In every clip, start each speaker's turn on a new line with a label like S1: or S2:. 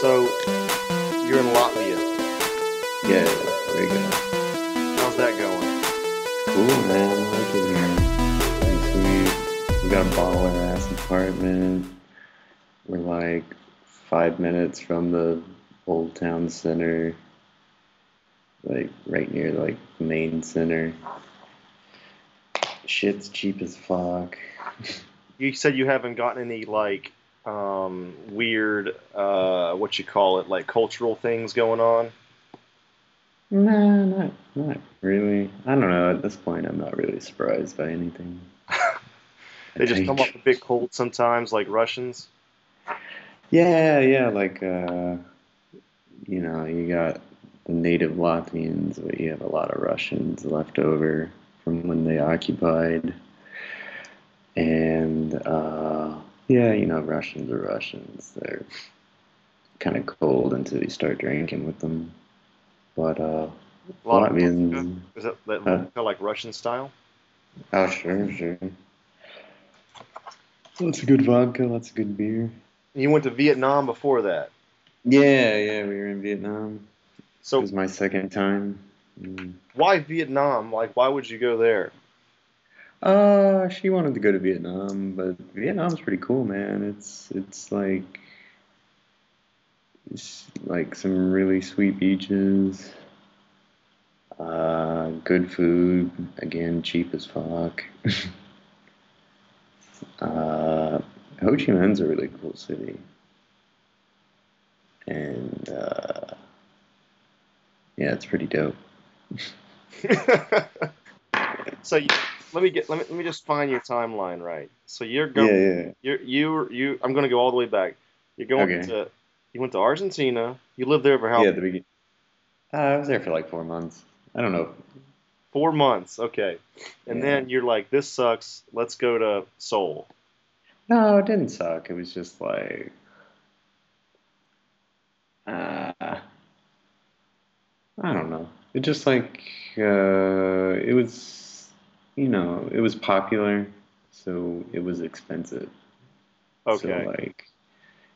S1: So you're in Latvia.
S2: Yeah, there you go.
S1: How's that going?
S2: Cool, man. I like it here. Pretty sweet. We got a bottle in our ass apartment. We're like five minutes from the old town center, like right near like the main center. Shit's cheap as fuck.
S1: You said you haven't gotten any like um, weird uh, what you call it like cultural things going on.
S2: Nah, not not really. I don't know. At this point, I'm not really surprised by anything.
S1: They just come
S2: I-
S1: up a bit cold sometimes, like Russians.
S2: Yeah, yeah, like uh you know, you got the native Latvians, but you have a lot of Russians left over from when they occupied. And uh yeah, you know, Russians are Russians. They're kind of cold until you start drinking with them. But uh
S1: A lot of
S2: Latvians
S1: Is that, that
S2: Huh?
S1: kind of like Russian style?
S2: Oh sure, sure. Lots of good vodka, lots of good beer.
S1: You went to Vietnam before that,
S2: Yeah, yeah, we were in Vietnam. It
S1: so
S2: was my second time. Mm.
S1: why Vietnam? Like, why would you go there?
S2: Uh, she wanted to go to Vietnam, but Vietnam's pretty cool, man. It's it's like it's like some really sweet beaches, uh, good food, again, cheap as fuck. uh, Ho Chi Minh's a really cool city, and uh, yeah, it's pretty dope.
S1: so you, let me get let me, let me just find your timeline right. So you're
S2: Yeah,
S1: going
S2: yeah,
S1: you're you you I'm going to go all the way back. You're going
S2: Okay.
S1: to you went to Argentina. You lived there for how
S2: yeah. at The beginning. Uh, I was there for like four months. I don't know.
S1: four months? Okay, and
S2: Yeah.
S1: then you're like this sucks. Let's go to Seoul.
S2: No, it didn't suck. It was just like, uh, I don't know. It just like uh, it was, you know, it was popular, so it was expensive.
S1: Okay,
S2: So like,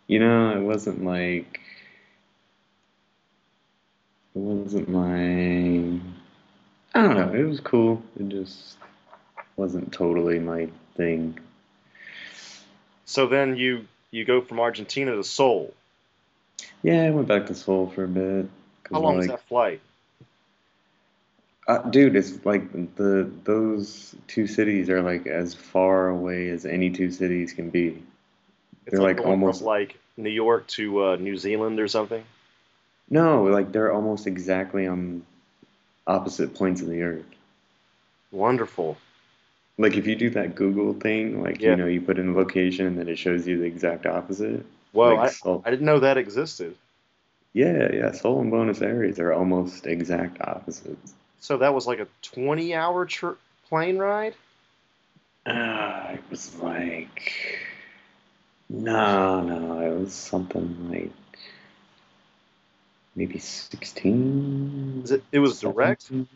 S2: you know, it wasn't like, it wasn't my, I don't know. It was cool. It just wasn't totally my thing.
S1: so then you you go from Argentina to Seoul.
S2: Yeah, I went back to Seoul for a bit. 'cause,
S1: How long was
S2: like-
S1: that flight?
S2: Uh, dude, it's like the those two cities are like as far away as any two cities can be.
S1: It's
S2: They're like
S1: going from,
S2: almost-
S1: like New York to uh, New Zealand or something.
S2: No, like they're almost exactly on opposite points of the earth.
S1: Wonderful.
S2: Like if you do that Google thing, like
S1: Yeah.
S2: you know, you put in a location and then it shows you the exact opposite.
S1: Well,
S2: like Seoul.
S1: I, I didn't know that existed.
S2: yeah, yeah, Seoul and Buenos Aires are almost exact opposites.
S1: So that was like a 20 hour tr- plane ride?
S2: Uh, it was like, no, no, it was something like maybe 16.
S1: Is it, it was direct?
S2: 17?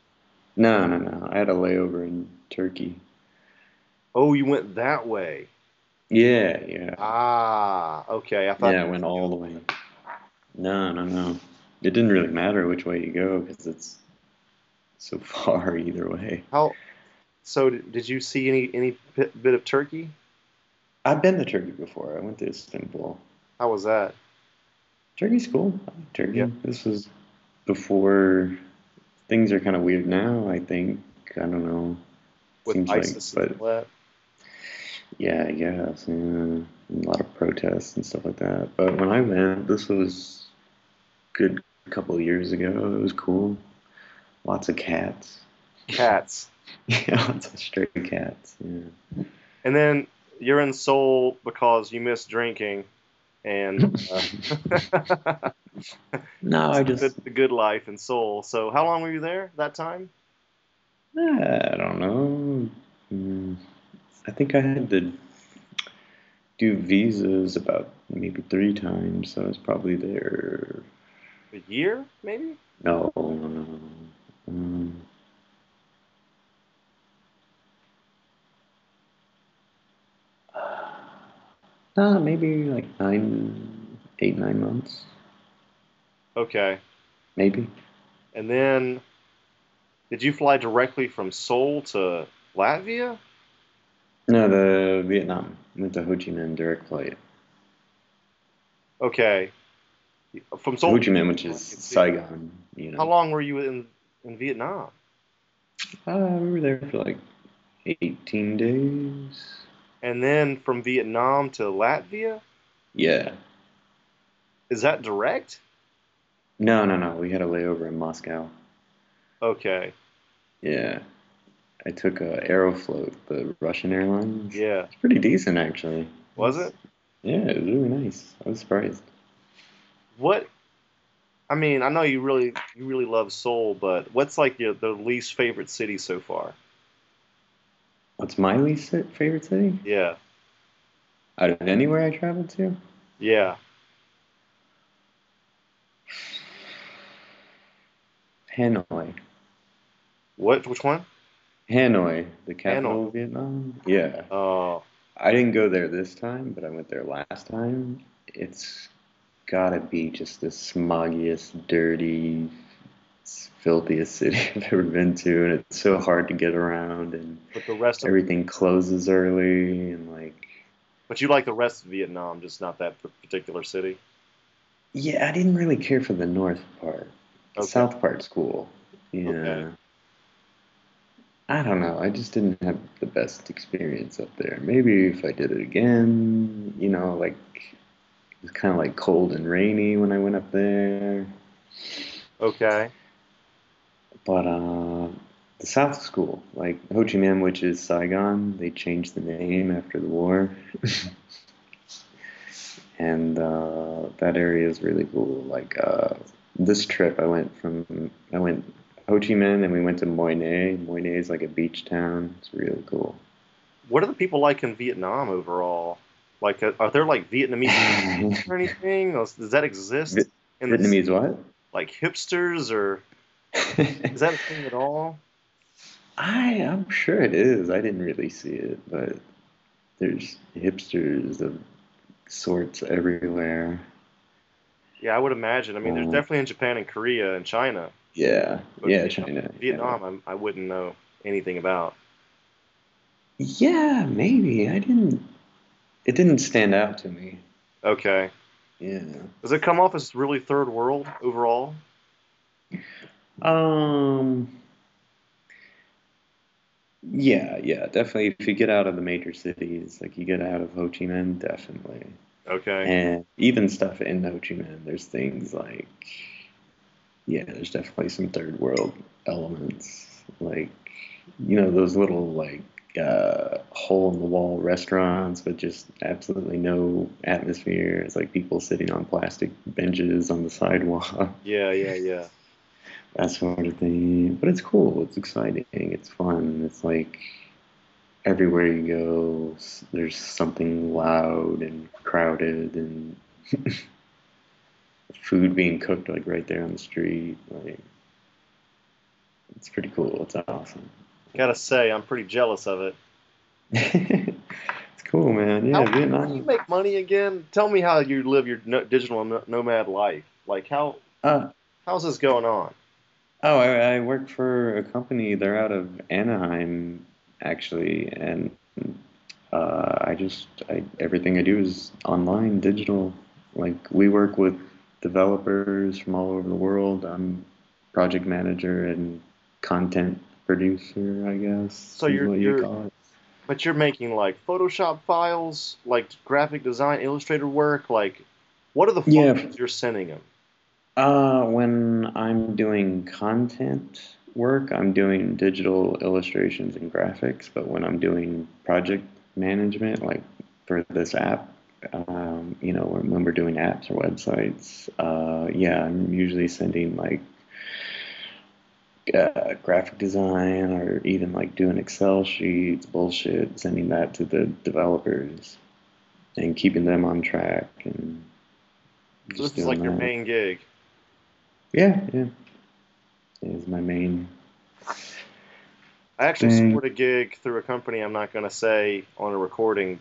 S2: No, no, no. I had a layover in Turkey.
S1: Oh, you went that way.
S2: Yeah, yeah.
S1: Ah, okay. I thought.
S2: Yeah, it went all the way. No, no, no. It didn't really matter which way you go because it's so far either way.
S1: How, so did, did you see any, any bit, bit of Turkey?
S2: I've been to Turkey before. I went to Istanbul.
S1: How was that?
S2: Turkey's cool. I like Turkey.
S1: Yeah.
S2: This was before things are kind of weird now. I think I don't know.
S1: With
S2: Seems like,
S1: ISIS and
S2: but
S1: all that?
S2: yeah, I guess yeah, And a lot of protests and stuff like that. But when I went, this was good couple of years ago. It was cool. Lots of cats.
S1: Cats.
S2: yeah, lots of stray cats. Yeah.
S1: And then you're in Seoul because you miss drinking and uh,
S2: No, I just
S1: the, the good life in Seoul. So how long were you there that time?
S2: I don't know. Mm, I think I had to do visas about maybe three times, so I was probably there.
S1: A year, maybe?
S2: No, no, no, no. Um, uh, maybe like nine, eight, nine months.
S1: Okay.
S2: Maybe.
S1: And then, did you fly directly from Seoul to Latvia?
S2: No, the Vietnam. Went to Ho Chi Minh direct flight.
S1: Okay. From Seoul.
S2: Ho Chi Minh, which is Saigon. You know.
S1: How long were you in in Vietnam?
S2: Uh, we were there for like 18 days.
S1: And then from Vietnam to Latvia?
S2: Yeah.
S1: Is that direct?
S2: No, no, no. We had a layover in Moscow.
S1: Okay.
S2: Yeah. I took uh, Aeroflot, the Russian airlines.
S1: Yeah.
S2: It's pretty decent, actually.
S1: Was it?
S2: Yeah, it was really nice. I was surprised.
S1: What? I mean, I know you really you really love Seoul, but what's like your the least favorite city so far?
S2: What's my least ci- favorite city?
S1: Yeah.
S2: Out of anywhere I traveled to?
S1: Yeah.
S2: Hanoi.
S1: What? Which one?
S2: Hanoi, the capital of Vietnam. Yeah.
S1: Oh,
S2: I didn't go there this time, but I went there last time. It's gotta be just the smoggiest, dirty, filthiest city I've ever been to, and it's so hard to get around, and
S1: but the rest of
S2: everything closes early, and like,
S1: but you like the rest of Vietnam, just not that p- particular city.
S2: yeah, I didn't really care for the north part. The
S1: Okay.
S2: South part's cool. Yeah.
S1: Okay.
S2: I don't know. I just didn't have the best experience up there. Maybe if I did it again, you know, like it was kind of like cold and rainy when I went up there.
S1: Okay.
S2: But uh, the South is cool. Like Ho Chi Minh, which is Saigon, they changed the name after the war. and uh, that area is really cool. Like uh, this trip, I went from I went Ho Chi Minh, and we went to Moy Nai. Moy Nai is like a beach town. It's really cool.
S1: What are the people like in Vietnam overall? Like, uh, are there like Vietnamese
S2: Vietnamese
S1: or anything? Does does that exist?
S2: Vi-
S1: in the-
S2: what?
S1: like hipsters, or is that a thing at all?
S2: I I'm sure it is. I didn't really see it, but there's hipsters of sorts everywhere.
S1: Yeah, I would imagine. I mean, there's
S2: Mm.
S1: definitely in Japan and Korea and China.
S2: Yeah,
S1: But
S2: yeah,
S1: Vietnam-
S2: China.
S1: Vietnam, I'm- I wouldn't know anything about.
S2: Yeah. yeah, maybe I didn't. It didn't stand out to me.
S1: Okay.
S2: Yeah.
S1: Does it come off as really third world overall?
S2: Um. Yeah, yeah, definitely. If you get out of the major cities, like you get out of Ho Chi Minh, definitely.
S1: Okay.
S2: And even stuff in Ho Chi Minh, there's things like, yeah, there's definitely some third world elements. Like, you know, those little, like, uh, hole in the wall restaurants with just absolutely no atmosphere. It's like people sitting on plastic benches on the sidewalk,
S1: Yeah, yeah, yeah.
S2: that sort of thing. But it's cool, it's exciting, it's fun. It's like everywhere you go, s- there's something loud and crowded and food being cooked like right there on the street. Like, it's pretty cool. It's awesome.
S1: Gotta say, I'm pretty jealous of it.
S2: it's cool, man. Yeah,
S1: How- How do you
S2: Vietnam.
S1: make money again? Tell me how you live your no- digital no- nomad life. Like how
S2: Uh,
S1: how's this going on?
S2: oh, I, I work for a company. They're out of Anaheim, actually, and uh, I just I, everything I do is online, digital. Like we work with developers from all over the world. I'm project manager and content producer, I guess.
S1: So
S2: is
S1: you're-
S2: what
S1: you're-
S2: you call it.
S1: But you're making like Photoshop files, like graphic design, Illustrator work. Like, what are the
S2: Yeah.
S1: functions you're sending them?
S2: Uh, when I'm doing content work, I'm doing digital illustrations and graphics, but when I'm doing project management, like for this app, um, you know, when, when we're doing apps or websites, uh, yeah, I'm usually sending like uh, graphic design or even like doing Excel sheets, bullshit, sending that to the developers and keeping them on track and
S1: So
S2: just
S1: this is like
S2: doing
S1: your
S2: that.
S1: main gig.
S2: Yeah, yeah. Is my main.
S1: I actually
S2: Mm.
S1: scored a gig through a company I'm not going to say on a recording,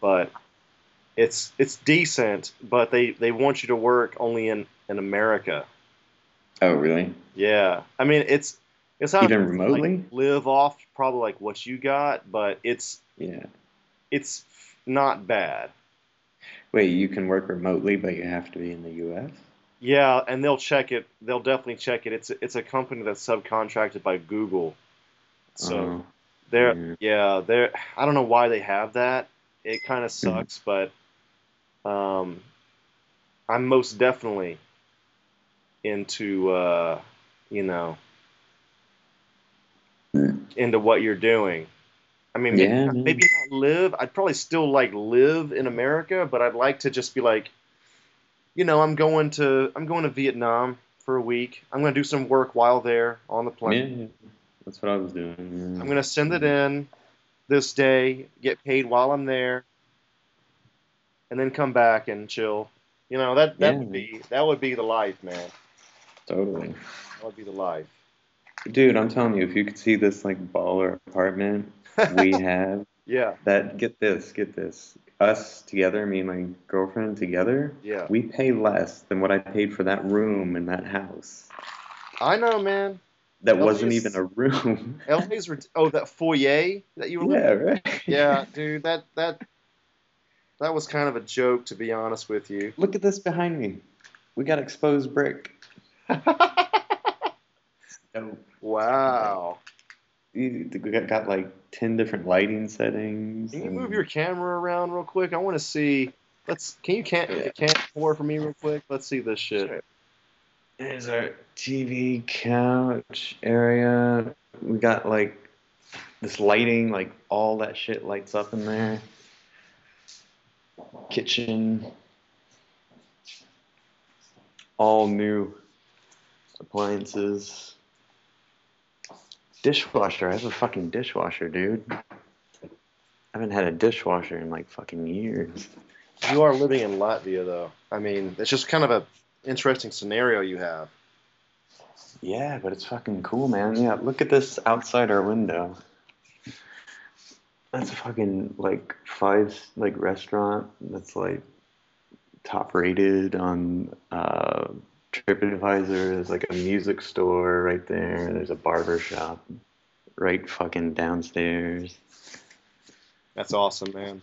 S1: but it's it's decent. But they, they want you to work only in in America.
S2: Oh, really?
S1: Yeah, I mean it's it's not
S2: Even
S1: like,
S2: remotely?
S1: live off probably like what you got, but it's
S2: Yeah.
S1: it's f- not bad.
S2: Wait, you can work remotely, but you have to be in the U.S.
S1: Yeah, and they'll check it. They'll definitely check it. It's it's a company that's subcontracted by Google, so
S2: Oh,
S1: they're
S2: yeah.
S1: yeah they're. I don't know why they have that. It
S2: Hmm.
S1: kind of sucks, but um, I'm most definitely into uh, you know into what you're doing. I mean, maybe
S2: Hmm. Yeah,
S1: not-
S2: man.
S1: maybe not live. I'd probably still like live in America, but I'd like to just be like, you know, I'm going to I'm going to Vietnam for a week. I'm going to do some work while there on the plane.
S2: yeah, that's what I was doing. yeah.
S1: I'm going to send it in this day, get paid while I'm there, and then come back and chill. You know that that
S2: Yeah.
S1: would be that would be the life, man.
S2: totally,
S1: That would be the life.
S2: dude. I'm telling you, if you could see this like baller apartment we have,
S1: Yeah,
S2: that get this, get this, us together, me and my girlfriend together,
S1: yeah.
S2: we pay less than what I paid for that room in that house.
S1: I know, man.
S2: That
S1: Well,
S2: wasn't
S1: it's-
S2: even a room.
S1: LA's ret- oh that foyer that you were living
S2: yeah, right.
S1: yeah, dude, that that that was kind of a joke, to be honest with you.
S2: Look at this behind me. We got exposed brick. Dope.
S1: wow.
S2: You- We got, got like 10 different lighting settings.
S1: Can you
S2: and-
S1: move your camera around real quick? I want to see. Let's. Can you can't
S2: Yeah.
S1: can't pour for me real quick? Let's see this shit.
S2: Sure. There's our TV couch area. We got like this lighting, like all that shit lights up in there. Kitchen. All new appliances. Dishwasher. I have a fucking dishwasher, dude. I haven't had a dishwasher in like fucking years.
S1: You are living in Latvia, though. I mean, it's just kind of a interesting scenario you have.
S2: Yeah, but it's fucking cool, man. Yeah, look at this outside our window. That's a fucking like five like restaurant that's like top rated on uh, TripAdvisor. There's like a music store right there. and There's a barber shop right fucking downstairs.
S1: That's awesome, man.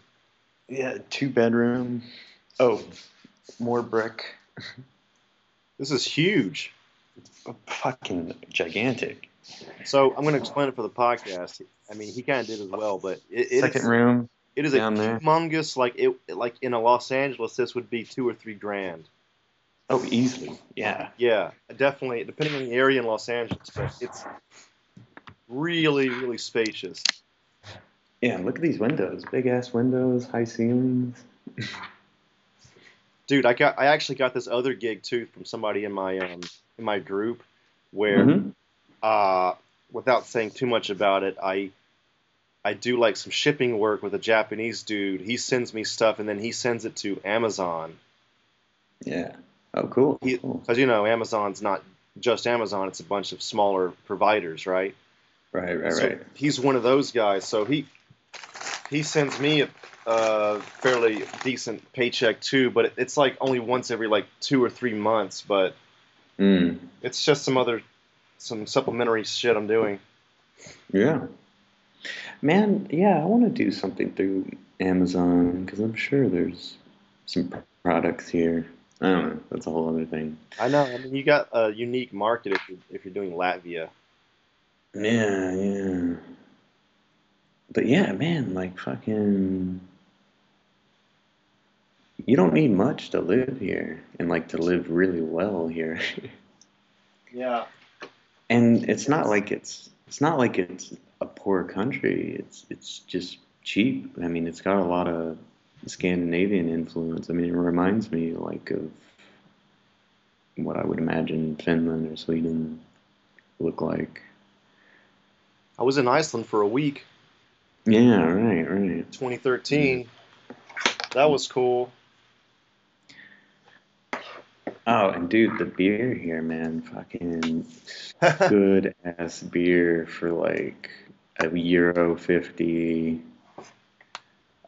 S2: Yeah, two bedroom. Oh, more brick.
S1: This is huge.
S2: Fucking gigantic.
S1: So I'm going to explain it for the podcast. I mean, he kind of did as well, but it, it
S2: Second
S1: is-
S2: room.
S1: It is a
S2: down there.
S1: humongous like it like in a Los Angeles this would be two or three grand.
S2: Oh, easily. Yeah.
S1: Yeah, definitely. Depending on the area in Los Angeles, but it's really really spacious.
S2: Yeah, look at these windows. Big ass windows, high ceilings.
S1: Dude, I got I actually got this other gig too from somebody in my um in my group where
S2: Mm-hmm.
S1: uh without saying too much about it, I I do like some shipping work with a Japanese dude. He sends me stuff and then he sends it to Amazon.
S2: Yeah. Oh, cool.
S1: He-
S2: cool.
S1: Cuz you know, Amazon's not just Amazon, it's a bunch of smaller providers, right?
S2: Right, right,
S1: So
S2: right.
S1: He's one of those guys. So he he sends me a, a fairly decent paycheck too, but it, it's like only once every like two or three months. But
S2: Mm.
S1: it's just some other some supplementary shit I'm doing.
S2: Yeah. Man, yeah, I want to do something through Amazon because I'm sure there's some pr- products here. I don't know. That's a whole other thing.
S1: I know. I mean, you got a unique market if you're, if you're doing Latvia.
S2: Yeah, yeah. But yeah, man, like fucking. You don't need much to live here and like to live really well here.
S1: Yeah.
S2: and it's not like it's it's not like it's a poor country it's it's just cheap i mean it's got a lot of scandinavian influence i mean it reminds me like of what i would imagine finland or sweden look like
S1: I was in Iceland for a week,
S2: yeah right right
S1: 2013. That was cool.
S2: oh and dude the beer here man fucking good ass beer for like a euro 50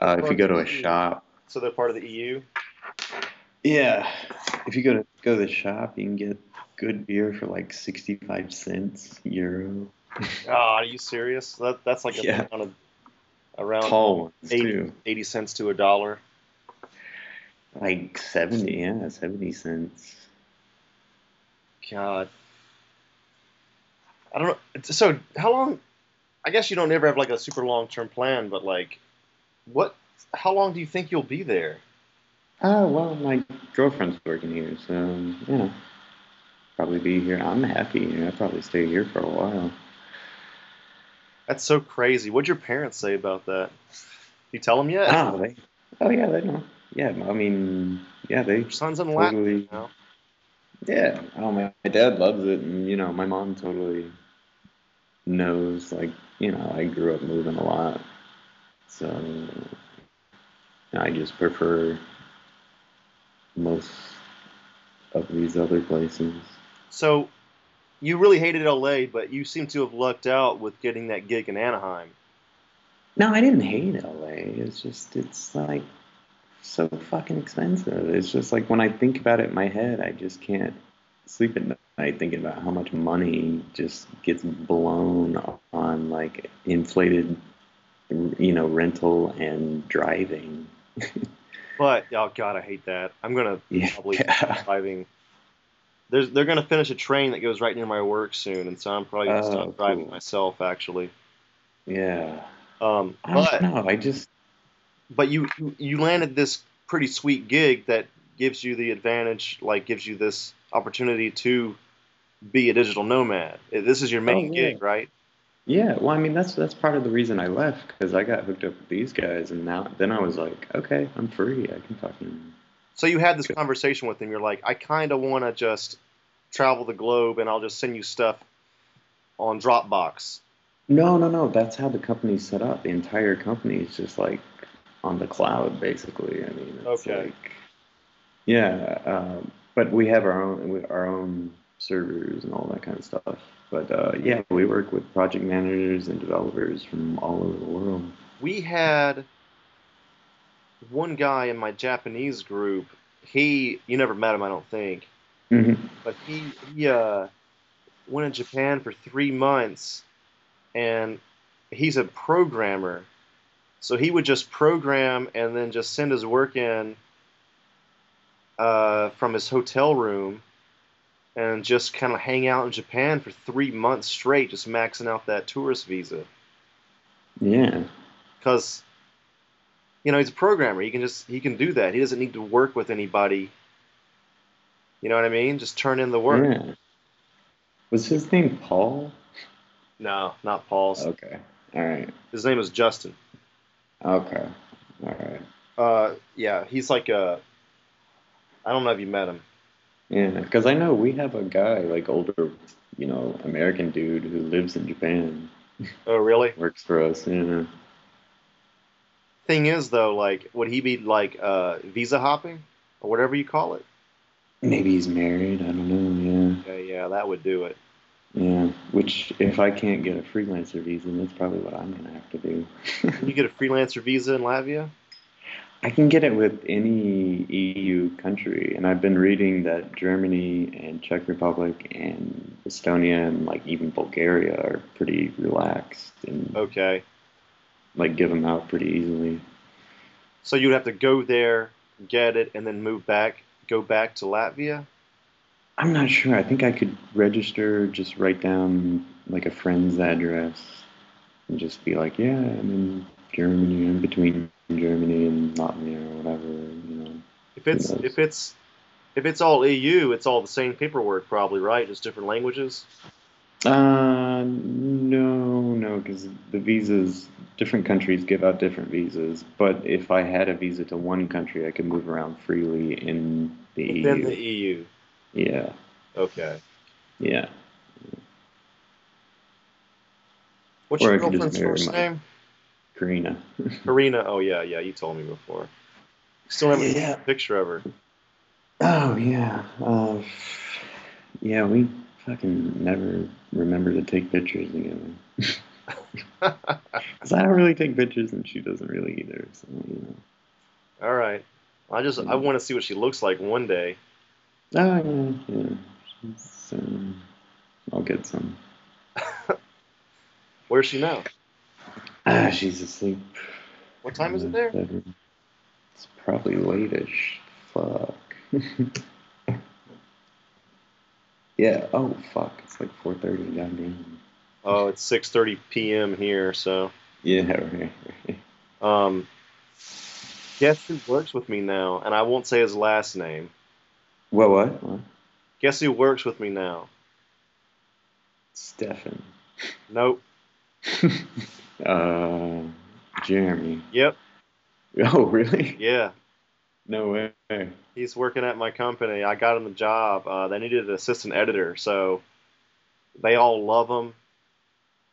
S2: uh, if you go to a shop
S1: E so they're part of the EU.
S2: Yeah, if you go to go to the shop, you can get good beer for like sixty five cents euro.
S1: Oh, are you serious? That that's like a
S2: Yeah.
S1: around, a, around
S2: Tall ones
S1: Oh, eight-
S2: too,
S1: eighty cents to a dollar.
S2: like seventy, yeah, seventy cents.
S1: God, I don't know. So how long? I guess you don't ever have like a super long term plan, but like, what? How long do you think you'll be there?
S2: Oh well, my girlfriend's working here, so you know, probably be here. I'm happy. You know, I'll probably stay here for a while.
S1: That's so crazy. What'd your parents say about that? You tell them yet?
S2: Oh, they, oh yeah, they know. Yeah, I mean, yeah, they
S1: Your son's in Latin.
S2: totally.
S1: now.
S2: Yeah. Oh, my, my dad loves it, and you know, my mom totally knows. Like, you know, I grew up moving a lot, so I just prefer most of these other places.
S1: So, you really hated LA, but you seem to have lucked out with getting that gig in Anaheim.
S2: No, I didn't hate LA. It's just it's like so fucking expensive. It's just like when I think about it in my head, I just can't sleep at night thinking about how much money just gets blown on like inflated, you know, rental and driving.
S1: But oh god, I hate that. I'm gonna
S2: Yeah.
S1: Probably. driving. There's, they're gonna finish a train that goes right near my work soon, and so I'm probably gonna
S2: Oh,
S1: stop driving
S2: cool.
S1: myself actually.
S2: Yeah.
S1: Um,
S2: I don't
S1: but
S2: know. I just
S1: but you you- you landed this pretty sweet gig that gives you the advantage, like gives you this opportunity to be a digital nomad. Eh, This is your main
S2: Oh, yeah.
S1: gig, right?
S2: Yeah, well, I mean, that's that's part of the reason I left because I got hooked up with these guys, and now then I was like, okay, I'm free. I can fucking
S1: So you had this
S2: Good.
S1: conversation with him. You're like, I kind of want to just travel the globe, and I'll just send you stuff on Dropbox.
S2: No, no, no. That's how the company's set up. The entire company is just like on the cloud, basically. I mean, it's
S1: Okay.
S2: like, yeah, um, but we have our own we- our own servers and all that kind of stuff. But uh, yeah, we work with project managers and developers from all over the world.
S1: we had one guy in my Japanese group. He, you never met him, I don't think,
S2: hmm
S1: but he he uh, went in Japan for three months, and he's a programmer, so he would just program and then just send his work in uh, from his hotel room, and just kind of hang out in Japan for three months straight, just maxing out that tourist visa
S2: Yeah,
S1: because you know he's a programmer. He can just he can do that. He doesn't need to work with anybody. You know what I mean? Just turn in the work.
S2: yeah. Was his name Paul?
S1: No, not Paul's.
S2: Okay. All right.
S1: His name is Justin.
S2: Okay. All right.
S1: Uh, yeah, he's like a. I don't know if you met him.
S2: Yeah, because I know we have a guy, like older, you know, American dude who lives in Japan,
S1: Oh, really?
S2: works for us. Yeah.
S1: Thing is, though, like, would he be like uh, visa hopping or whatever you call it?
S2: Maybe he's married. I don't know.
S1: Yeah, yeah, that would do it.
S2: Yeah. Yeah. Which, if I can't get a freelancer visa, that's probably what I'm going to have to do.
S1: Can you get a freelancer visa in Latvia?
S2: I can get it with any EU country. And I've been reading that Germany and Czech Republic and Estonia and, like, even Bulgaria are pretty relaxed and,
S1: Okay,
S2: like, give them out pretty easily.
S1: so you'd have to go there, get it, and then move back, go back to Latvia.
S2: I'm not sure. I think I could register, just write down like a friend's address and just be like, yeah, I'm in Germany, I'm between Germany and Latvia or whatever, you know.
S1: If it's
S2: knows?
S1: if it's if it's all EU, it's all the same paperwork, probably right? Just different languages.
S2: Uh, no, no, because the visas, different countries give out different visas. But if I had a visa to one country, I could move around freely in the
S1: Within
S2: EU.
S1: the EU.
S2: Yeah,
S1: Okay.
S2: yeah.
S1: What's
S2: Or
S1: your
S2: I could just
S1: girlfriend's
S2: marry
S1: first
S2: my-
S1: name?
S2: Karina.
S1: Karina. Oh yeah, yeah. You told me before. Still haven't seen
S2: Yeah.
S1: a picture of her.
S2: Oh yeah, uh, yeah. We fucking never remember to take pictures together. Cause I don't really take pictures, and she doesn't really either. So you know.
S1: All right. I just I
S2: Mhm.
S1: want to see what she looks like one day.
S2: Oh, yeah, yeah. She's, um, I'll get some.
S1: Where's she now?
S2: Ah, she's asleep.
S1: What time is
S2: in
S1: it
S2: the
S1: there?
S2: bedroom. It's probably late-ish. Fuck. yeah. Oh, fuck. It's like 4.30. Goddamn.
S1: Oh, it's 6:30 p.m. here. So,
S2: Yeah, right, right.
S1: um, guess who works with me now? And I won't say his last name.
S2: What, what? What?
S1: Guess who works with me now?
S2: Stefan.
S1: Nope.
S2: uh, Jeremy.
S1: Yep.
S2: Oh, really?
S1: Yeah.
S2: No way.
S1: He's working at my company. I got him the job. Uh, they needed an assistant editor, so they all love him.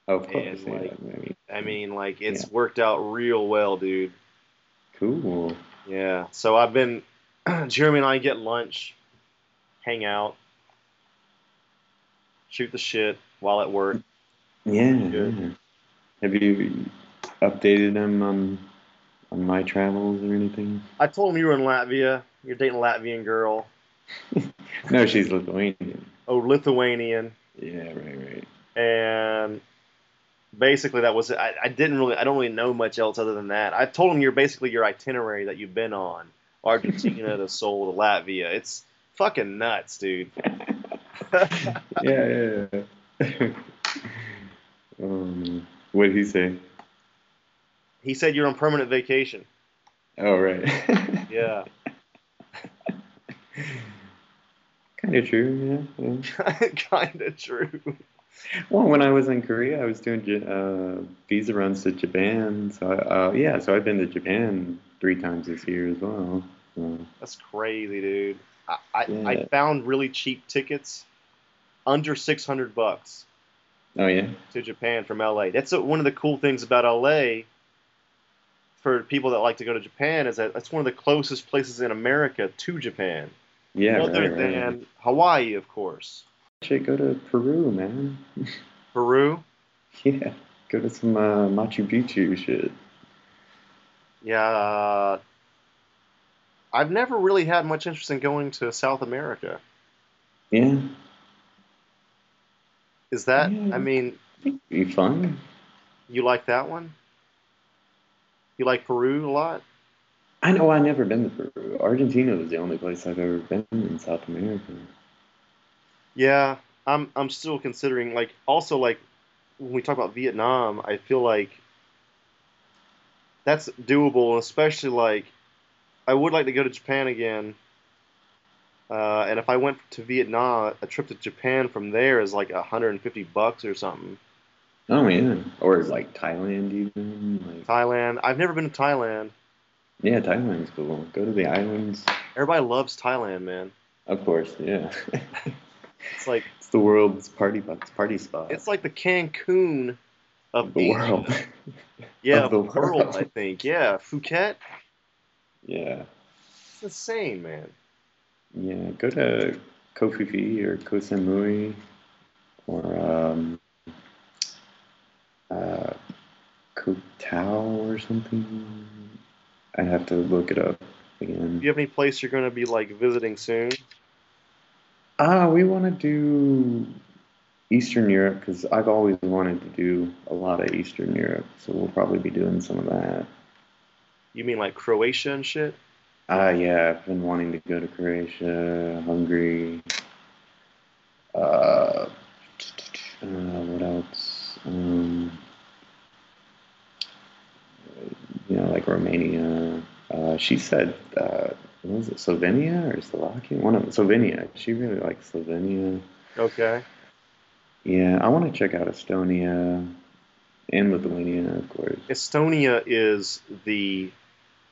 S2: Of
S1: And,
S2: course.
S1: like,
S2: yeah, I mean,
S1: I mean, like it's
S2: Yeah.
S1: worked out real well, dude.
S2: cool.
S1: Yeah. So I've been Jeremy and I get lunch, hang out, shoot the shit while at work.
S2: Yeah.
S1: Good.
S2: yeah. Have you updated him on on my travels or anything?
S1: I told him you were in Latvia. You're dating a Latvian girl.
S2: No, she's Lithuanian.
S1: Oh, Lithuanian.
S2: Yeah, right, right.
S1: And basically that was it. I, I didn't really I don't really know much else other than that. I told him you're basically your itinerary that you've been on. Argentina to Seoul to Latvia. It's fucking nuts, dude.
S2: Yeah, yeah, yeah. um, what did he say?
S1: He said you're on permanent vacation.
S2: Oh, right.
S1: Yeah.
S2: kind of true, yeah. yeah.
S1: kinda true.
S2: Well, when I was in Korea, I was doing Ja- uh, visa runs to Japan. So, uh, yeah, so I've been to Japan three times this year as well. So,
S1: That's crazy, dude. I, I,
S2: Yeah.
S1: I found really cheap tickets under 600 bucks
S2: oh, yeah.
S1: to Japan from LA. That's uh, one of the cool things about LA for people that like to go to Japan is that that's one of the closest places in America to Japan,
S2: Yeah,
S1: other
S2: right,
S1: than
S2: right.
S1: Hawaii, of course.
S2: Shit, go to Peru, man.
S1: Peru?
S2: yeah, go to some uh, Machu Picchu shit.
S1: Yeah. uh, I've never really had much interest in going to South America.
S2: Yeah,
S1: Is that,
S2: Yeah.
S1: I mean,
S2: be fun.
S1: you like that one? You like Peru a lot?
S2: I know I've never been to Peru. Argentina was the only place I've ever been in South America.
S1: Yeah, I'm I'm still considering like also like when we talk about Vietnam, I feel like that's doable, especially like I would like to go to Japan again. Uh, and if I went to Vietnam, a trip to Japan from there is like 150 bucks or something.
S2: Oh, yeah. Or like Thailand, even. Like,
S1: Thailand, I've never been to Thailand.
S2: yeah, Thailand's cool. Go to the islands.
S1: Everybody loves Thailand, man.
S2: Of course, yeah.
S1: It's like
S2: It's the world's party it's party spot.
S1: it's like the Cancun of
S2: of the
S1: Asia.
S2: world.
S1: Yeah,
S2: of the
S1: of the world,
S2: world.
S1: I think. Yeah, Phuket.
S2: yeah,
S1: It's insane, man.
S2: yeah. Go to Koh Phi Phi or Koh Samui or um, uh, Koh Tao or something. I have to look it up again.
S1: Do you have any place you're going to be like visiting soon?
S2: Ah, we want to do Eastern Europe because I've always wanted to do a lot of Eastern Europe, so we'll probably be doing some of that.
S1: You mean like Croatia and shit?
S2: Ah, yeah, I've been wanting to go to Croatia, Hungary. Uh, uh, what else? Um, you know, like Romania. Uh, she said, uh, what was it Slovenia or Slovakia? One of Slovenia. She really likes Slovenia.
S1: Okay.
S2: Yeah, I want to check out Estonia and Lithuania, of course.
S1: Estonia is the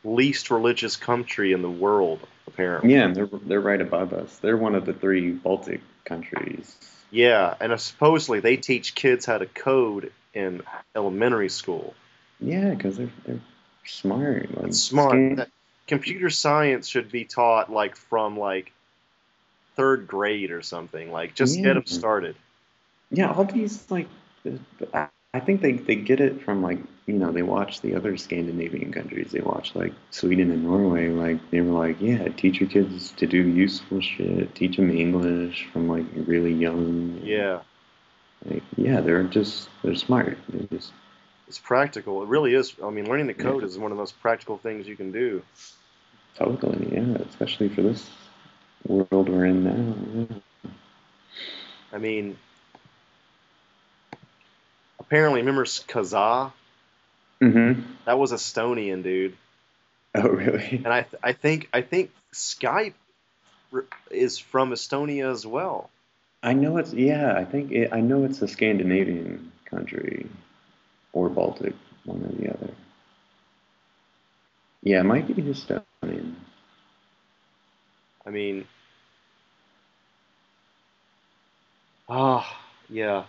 S1: least religious country in the world, apparently.
S2: Yeah, and they're they're right above us. They're one of the three Baltic countries.
S1: Yeah, and supposedly they teach kids how to code in elementary school.
S2: Yeah, because they're they're smart. Like,
S1: That's smart.
S2: scan-
S1: That, computer science should be taught like from like third grade or something. Like just get them
S2: Yeah.
S1: started.
S2: yeah, all these like, I, I think they they get it from like you know, they watch the other Scandinavian countries. They watch like Sweden and Norway. Like they were like, yeah, teach your kids to do useful shit. Teach them English from like really young.
S1: Yeah,
S2: Like, yeah, they're just they're smart. They're just
S1: it's practical. It really is. I mean, learning to code is one of the most practical things you can do.
S2: totally yeah, especially for this world we're in now. Yeah.
S1: I mean, apparently, remember Kazaa?
S2: Mm-hmm.
S1: That was Estonian, dude.
S2: Oh really?
S1: And I, th- I think, I think Skype r- is from Estonia as well.
S2: I know it's yeah. I think it, I know it's a Scandinavian country or Baltic, one or the other. Yeah, it might be Estonian.
S1: I mean, ah, yeah.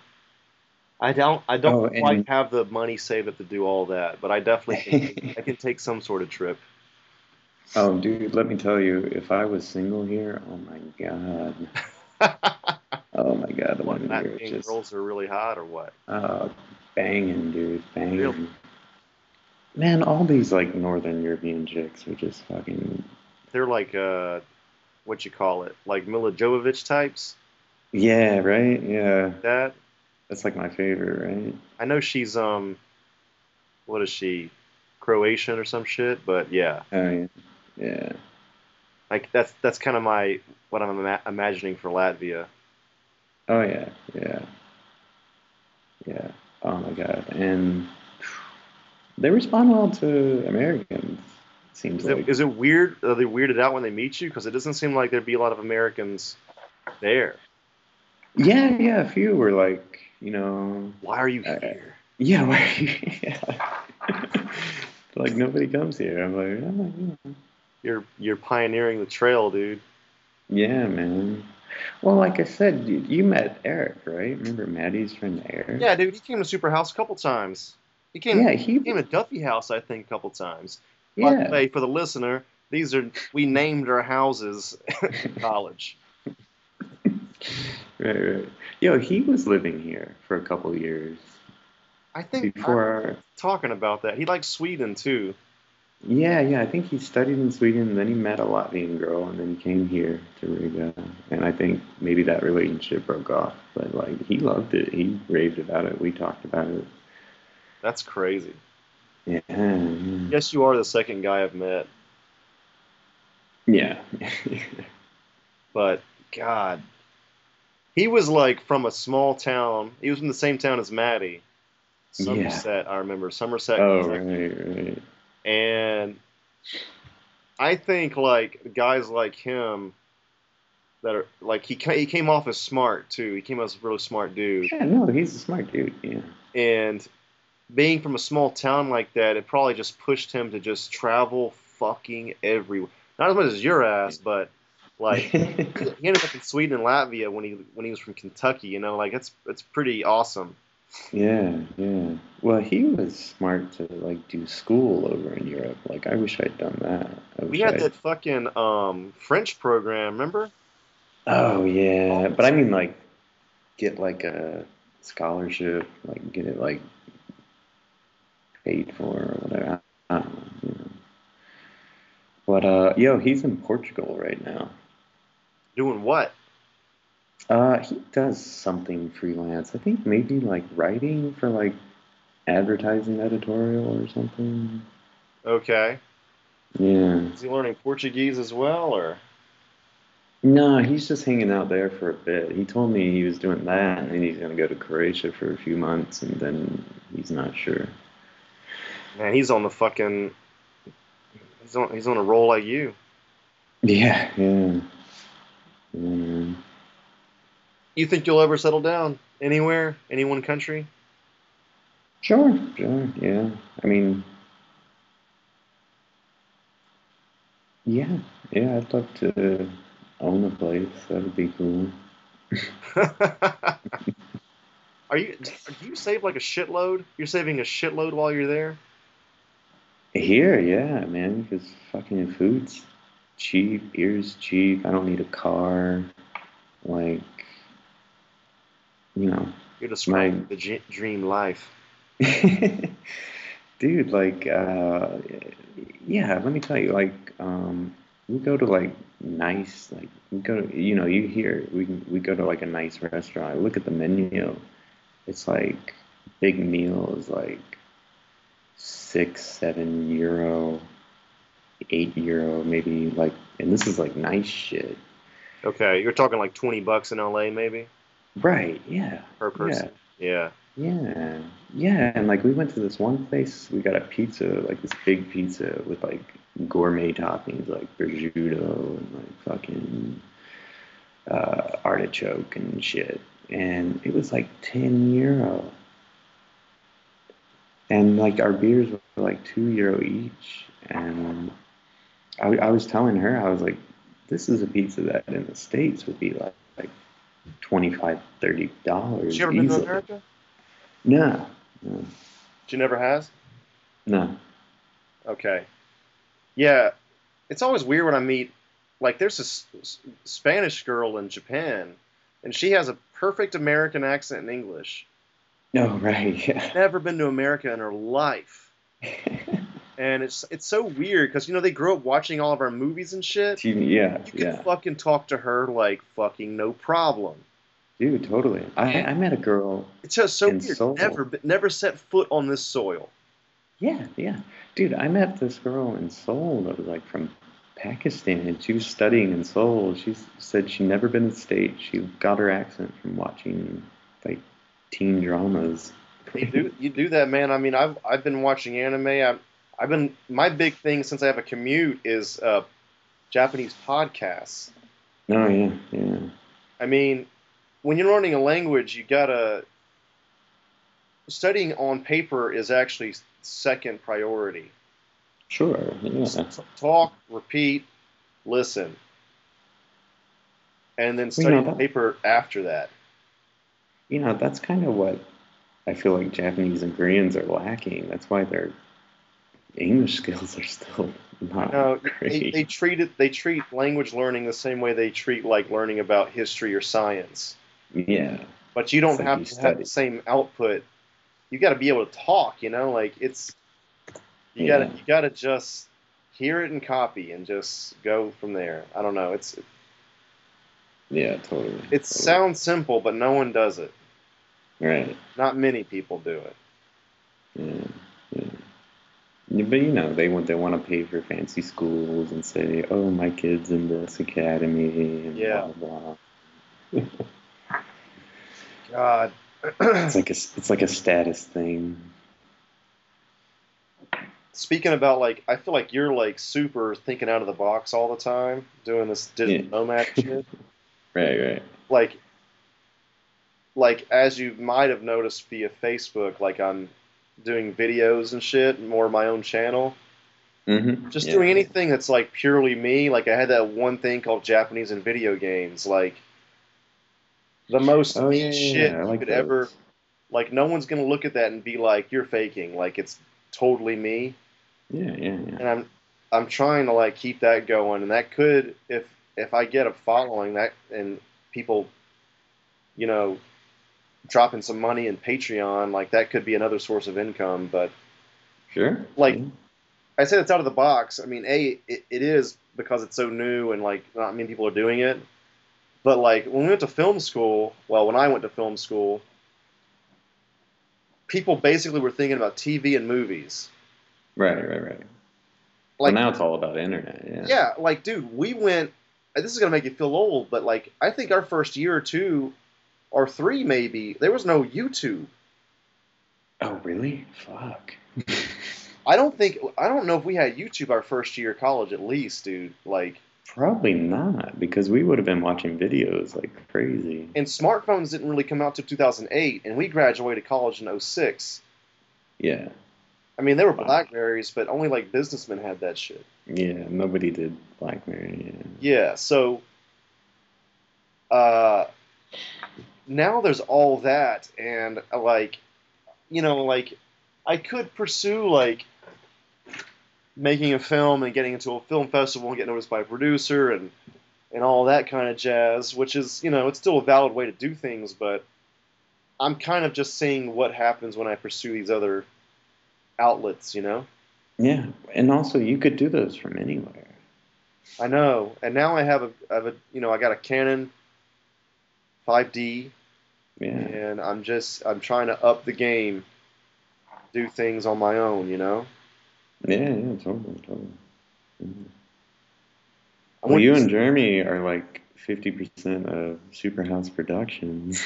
S1: I don't, I don't
S2: Oh, and-
S1: quite have the money saved up to do all that, but I definitely, can, I can take some sort of trip.
S2: Oh, dude, let me tell you, if I was single here, oh my god, oh my god, the women
S1: Not
S2: here are
S1: being
S2: just
S1: girls are really hot or what?
S2: uh, banging, dude, banging.
S1: Really?
S2: Man, all these like Northern European chicks are just fucking
S1: They're like, uh, what you call it? Like Mila Jovovich types.
S2: yeah, right? Yeah,
S1: That
S2: that's like my favorite, right?
S1: I know she's um, what is she? Croatian or some shit. But yeah,
S2: Oh yeah, yeah.
S1: like that's that's kind of my what I'm ima- imagining for Latvia.
S2: Oh yeah, yeah, yeah. Oh my god, and they respond well to Americans. It seems
S1: Is
S2: like
S1: it, is it weird? Are they weirded out when they meet you? Because it doesn't seem like there'd be a lot of Americans there.
S2: yeah, yeah. A few were like, you know,
S1: Why are you
S2: Uh,
S1: here?
S2: yeah, why are you? yeah. like nobody comes here. I'm like, I'm like, "Oh, yeah.
S1: You're you're pioneering the trail, dude.
S2: yeah, man. Well, like I said, you, you met Eric, right? Remember Maddie's friend Eric?
S1: Yeah, dude. He came to Super House a couple times. He came.
S2: yeah,
S1: He
S2: he,
S1: came to Duffy House, I think, a couple times. By the
S2: yeah.
S1: way, for the listener, these are we named our houses in college.
S2: Right, right. Yo, he was living here for a couple years
S1: I think
S2: before.
S1: I'm
S2: our-
S1: talking about that. He likes Sweden too.
S2: Yeah, yeah. I think he studied in Sweden, and then he met a Latvian girl, and then came here to Riga. And I think maybe that relationship broke off, but like he loved it. He raved about it. We talked about it.
S1: That's crazy.
S2: Yeah, yeah.
S1: Yes, you are the second guy I've met,
S2: yeah.
S1: but God, he was like from a small town. He was from the same town as Maddie, Somerset. I remember Somerset,
S2: oh,
S1: Kentucky.
S2: right, right.
S1: and I think like guys like him that are like he ca- he came off as smart too. He came off as a really smart dude.
S2: Yeah, no, he's a smart dude. Yeah,
S1: and being from a small town like that, it probably just pushed him to just travel fucking everywhere. Not as much as your ass, but like he ended up in Sweden and Latvia when he when he was from Kentucky. You know, like it's it's pretty awesome.
S2: yeah, yeah. Well, he was smart to like do school over in Europe. Like, I wish I'd done that. I
S1: We
S2: wish
S1: had
S2: I'd-
S1: that fucking um, French program, remember?
S2: Oh yeah, but I mean like get like a scholarship, like get it like paid for or whatever. I don't know, you know. But uh, yo, he's in Portugal right now.
S1: Doing what?
S2: Uh, he does something freelance. I think maybe like writing for like advertising editorial or something.
S1: Okay,
S2: Yeah.
S1: is he learning Portuguese as well, or
S2: No, he's just hanging out there for a bit. He told me he was doing that, and then he's gonna go to Croatia for a few months, and then he's not sure.
S1: man, he's on the fucking he's on he's on a roll like you.
S2: Yeah, yeah. Yeah, man.
S1: You think you'll ever settle down anywhere, any one country?
S2: Sure, sure, yeah. I mean, yeah, yeah, I'd love to own a place. That would be cool.
S1: Are you? Do you save like a shitload? You're saving a shitload while you're there.
S2: Here, yeah, man, because fucking food's cheap, beer's cheap. I don't need a car. Like, you know,
S1: You're describing
S2: Right.
S1: the the dream life.
S2: yeah, dude, like, uh, yeah, let me tell you, like, um, we go to like nice, like, we go to, you know, you hear, we we go to like a nice restaurant. Look at the menu. It's like big meal is like six, seven euro, eight euro, maybe like, and this is like nice shit.
S1: Okay, you're talking like twenty bucks in LA, maybe
S2: Right? Yeah.
S1: per person. Yeah.
S2: Yeah, yeah, and like we went to this one place. We got a pizza, like this big pizza with like gourmet toppings, like prosciutto and like fucking uh, artichoke and shit. And it was like ten euro, and like our beers were like two euro each. And I, I was telling her, I was like, this is a pizza that in the states would be like like twenty five, thirty dollars.
S1: She ever been to
S2: easily.
S1: America?
S2: No, no,
S1: She never has.
S2: no.
S1: Okay. Yeah, it's always weird when I meet. Like, there's this S- Spanish girl in Japan, and she has a perfect American accent in English.
S2: No, right. Yeah.
S1: Never been to America in her life, and it's it's so weird because you know they grew up watching all of our movies and shit.
S2: Dude, yeah,
S1: You can
S2: yeah.
S1: fucking talk to her like fucking no problem.
S2: Dude, totally. I, I met a girl.
S1: It's just so
S2: And
S1: weird.
S2: soul.
S1: Never, but never set foot on this soil.
S2: Yeah, yeah. Dude, I met this girl in Seoul that was like from Pakistan and she was studying in Seoul. She s- said she'd never been in the States. She got her accent from watching like teen dramas.
S1: you do you do that, man. I mean, I've I've been watching anime. I've I've been my big thing since I have a commute is uh, Japanese podcasts.
S2: No, Oh, yeah, yeah.
S1: I mean, when you're learning a language, you gotta studying on paper is actually second priority.
S2: Sure, yeah.
S1: S- Talk, repeat, listen, and then
S2: Well, you know
S1: study on
S2: that-
S1: paper after that.
S2: You know, that's kind of what I feel like Japanese and Koreans are lacking. That's why their English skills are still not
S1: No, they,
S2: great.
S1: they treat it. They treat language learning the same way they treat like learning about history or science.
S2: Yeah.
S1: but you don't
S2: It's like
S1: have
S2: you
S1: to have
S2: study.
S1: the same output. You got to be able to talk, you know, like it's you got
S2: Yeah.
S1: to you got to just hear it and copy and just go from there. I don't know. It's
S2: Yeah, totally.
S1: it
S2: totally.
S1: sounds simple, but no one does it.
S2: right.
S1: Not many people do it.
S2: Yeah, yeah. Yeah, But you know, they want they want to pay for fancy schools and say, "Oh, my kids in this academy," and
S1: Yeah.
S2: blah blah. blah.
S1: God.
S2: It's like a s- it's like a status thing.
S1: Speaking about like, I feel like you're like super thinking out of the box all the time, doing this digital
S2: Yeah.
S1: nomad shit.
S2: Right, right.
S1: like like as you might have noticed via Facebook, like I'm doing videos and shit, more of my own channel.
S2: Mm-hmm.
S1: Just doing anything that's like purely me. Like I had that one thing called Japanese and video games, like the most
S2: Oh yeah, yeah,
S1: shit
S2: yeah. I
S1: you
S2: like
S1: could
S2: those.
S1: ever like no one's gonna look at that and be like, You're faking, like it's totally me
S2: Yeah, yeah, yeah.
S1: and I'm I'm trying to like keep that going, and that could if if I get a following that and people, you know, dropping some money in Patreon, like that could be another source of income. But
S2: Sure.
S1: Like-
S2: Yeah.
S1: I say it's out of the box. I mean, a it, it is because it's so new and like not many people are doing it. But like when we went to film school, well, when I went to film school, people basically were thinking about TV and movies.
S2: Right, right, right.
S1: Like
S2: well, now it's all about internet. Yeah.
S1: Yeah, like, dude, we went. This is gonna make you feel old, but like, I think our first year or two, or three maybe, there was no YouTube.
S2: Oh really? Fuck.
S1: I don't think I don't know if we had YouTube our first year of college at least, dude. Like,
S2: Probably not, because we would have been watching videos like crazy.
S1: and smartphones didn't really come out till 2008, and we graduated college in 06.
S2: Yeah.
S1: I mean, there were
S2: Wow.
S1: Blackberries, but only like businessmen had that shit.
S2: Yeah, nobody did Black Mirror. Yeah.
S1: Yeah, so uh, now there's all that, and uh, like, you know, like I could pursue like making a film and getting into a film festival and getting noticed by a producer and and all that kind of jazz, which is you know it's still a valid way to do things, but I'm kind of just seeing what happens when I pursue these other outlets, you know?
S2: Yeah, and also you could do those from anywhere.
S1: I know. And now I have a, I have a you know, I got a Canon 5D,
S2: Yeah,
S1: and I'm just, I'm trying to up the game, do things on my own, you know?
S2: yeah, yeah, totally, totally. Mhm.
S1: I
S2: Well,
S1: want
S2: you
S1: to-
S2: and Jeremy are like fifty percent of Superhouse Productions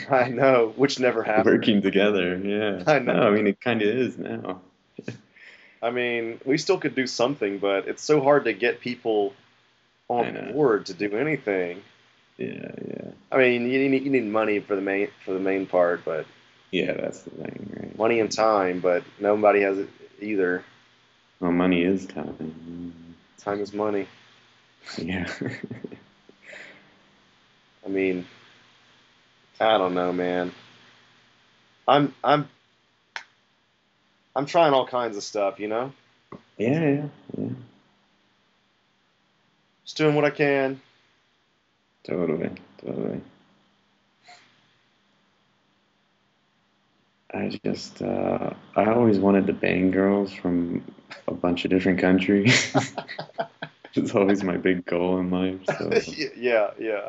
S1: I know, which never happened.
S2: working together. Yeah,
S1: I know.
S2: No, I mean it kind of is now.
S1: I mean, we still could do something, but it's so hard to get people
S2: I know.
S1: on board to do anything.
S2: Yeah, yeah,
S1: I mean, you need, you need money for the main for the main part, but
S2: yeah. That's the thing, right?
S1: money and time, but nobody has it either.
S2: Well, money is time.
S1: Time is money.
S2: Yeah.
S1: I mean, I don't know, man. I'm I'm I'm trying all kinds of stuff, you know,
S2: yeah, yeah, yeah.
S1: just doing what I can.
S2: Totally, totally. I just, uh, I always wanted to bang girls from a bunch of different countries. It's always my big goal in life. So,
S1: yeah, yeah.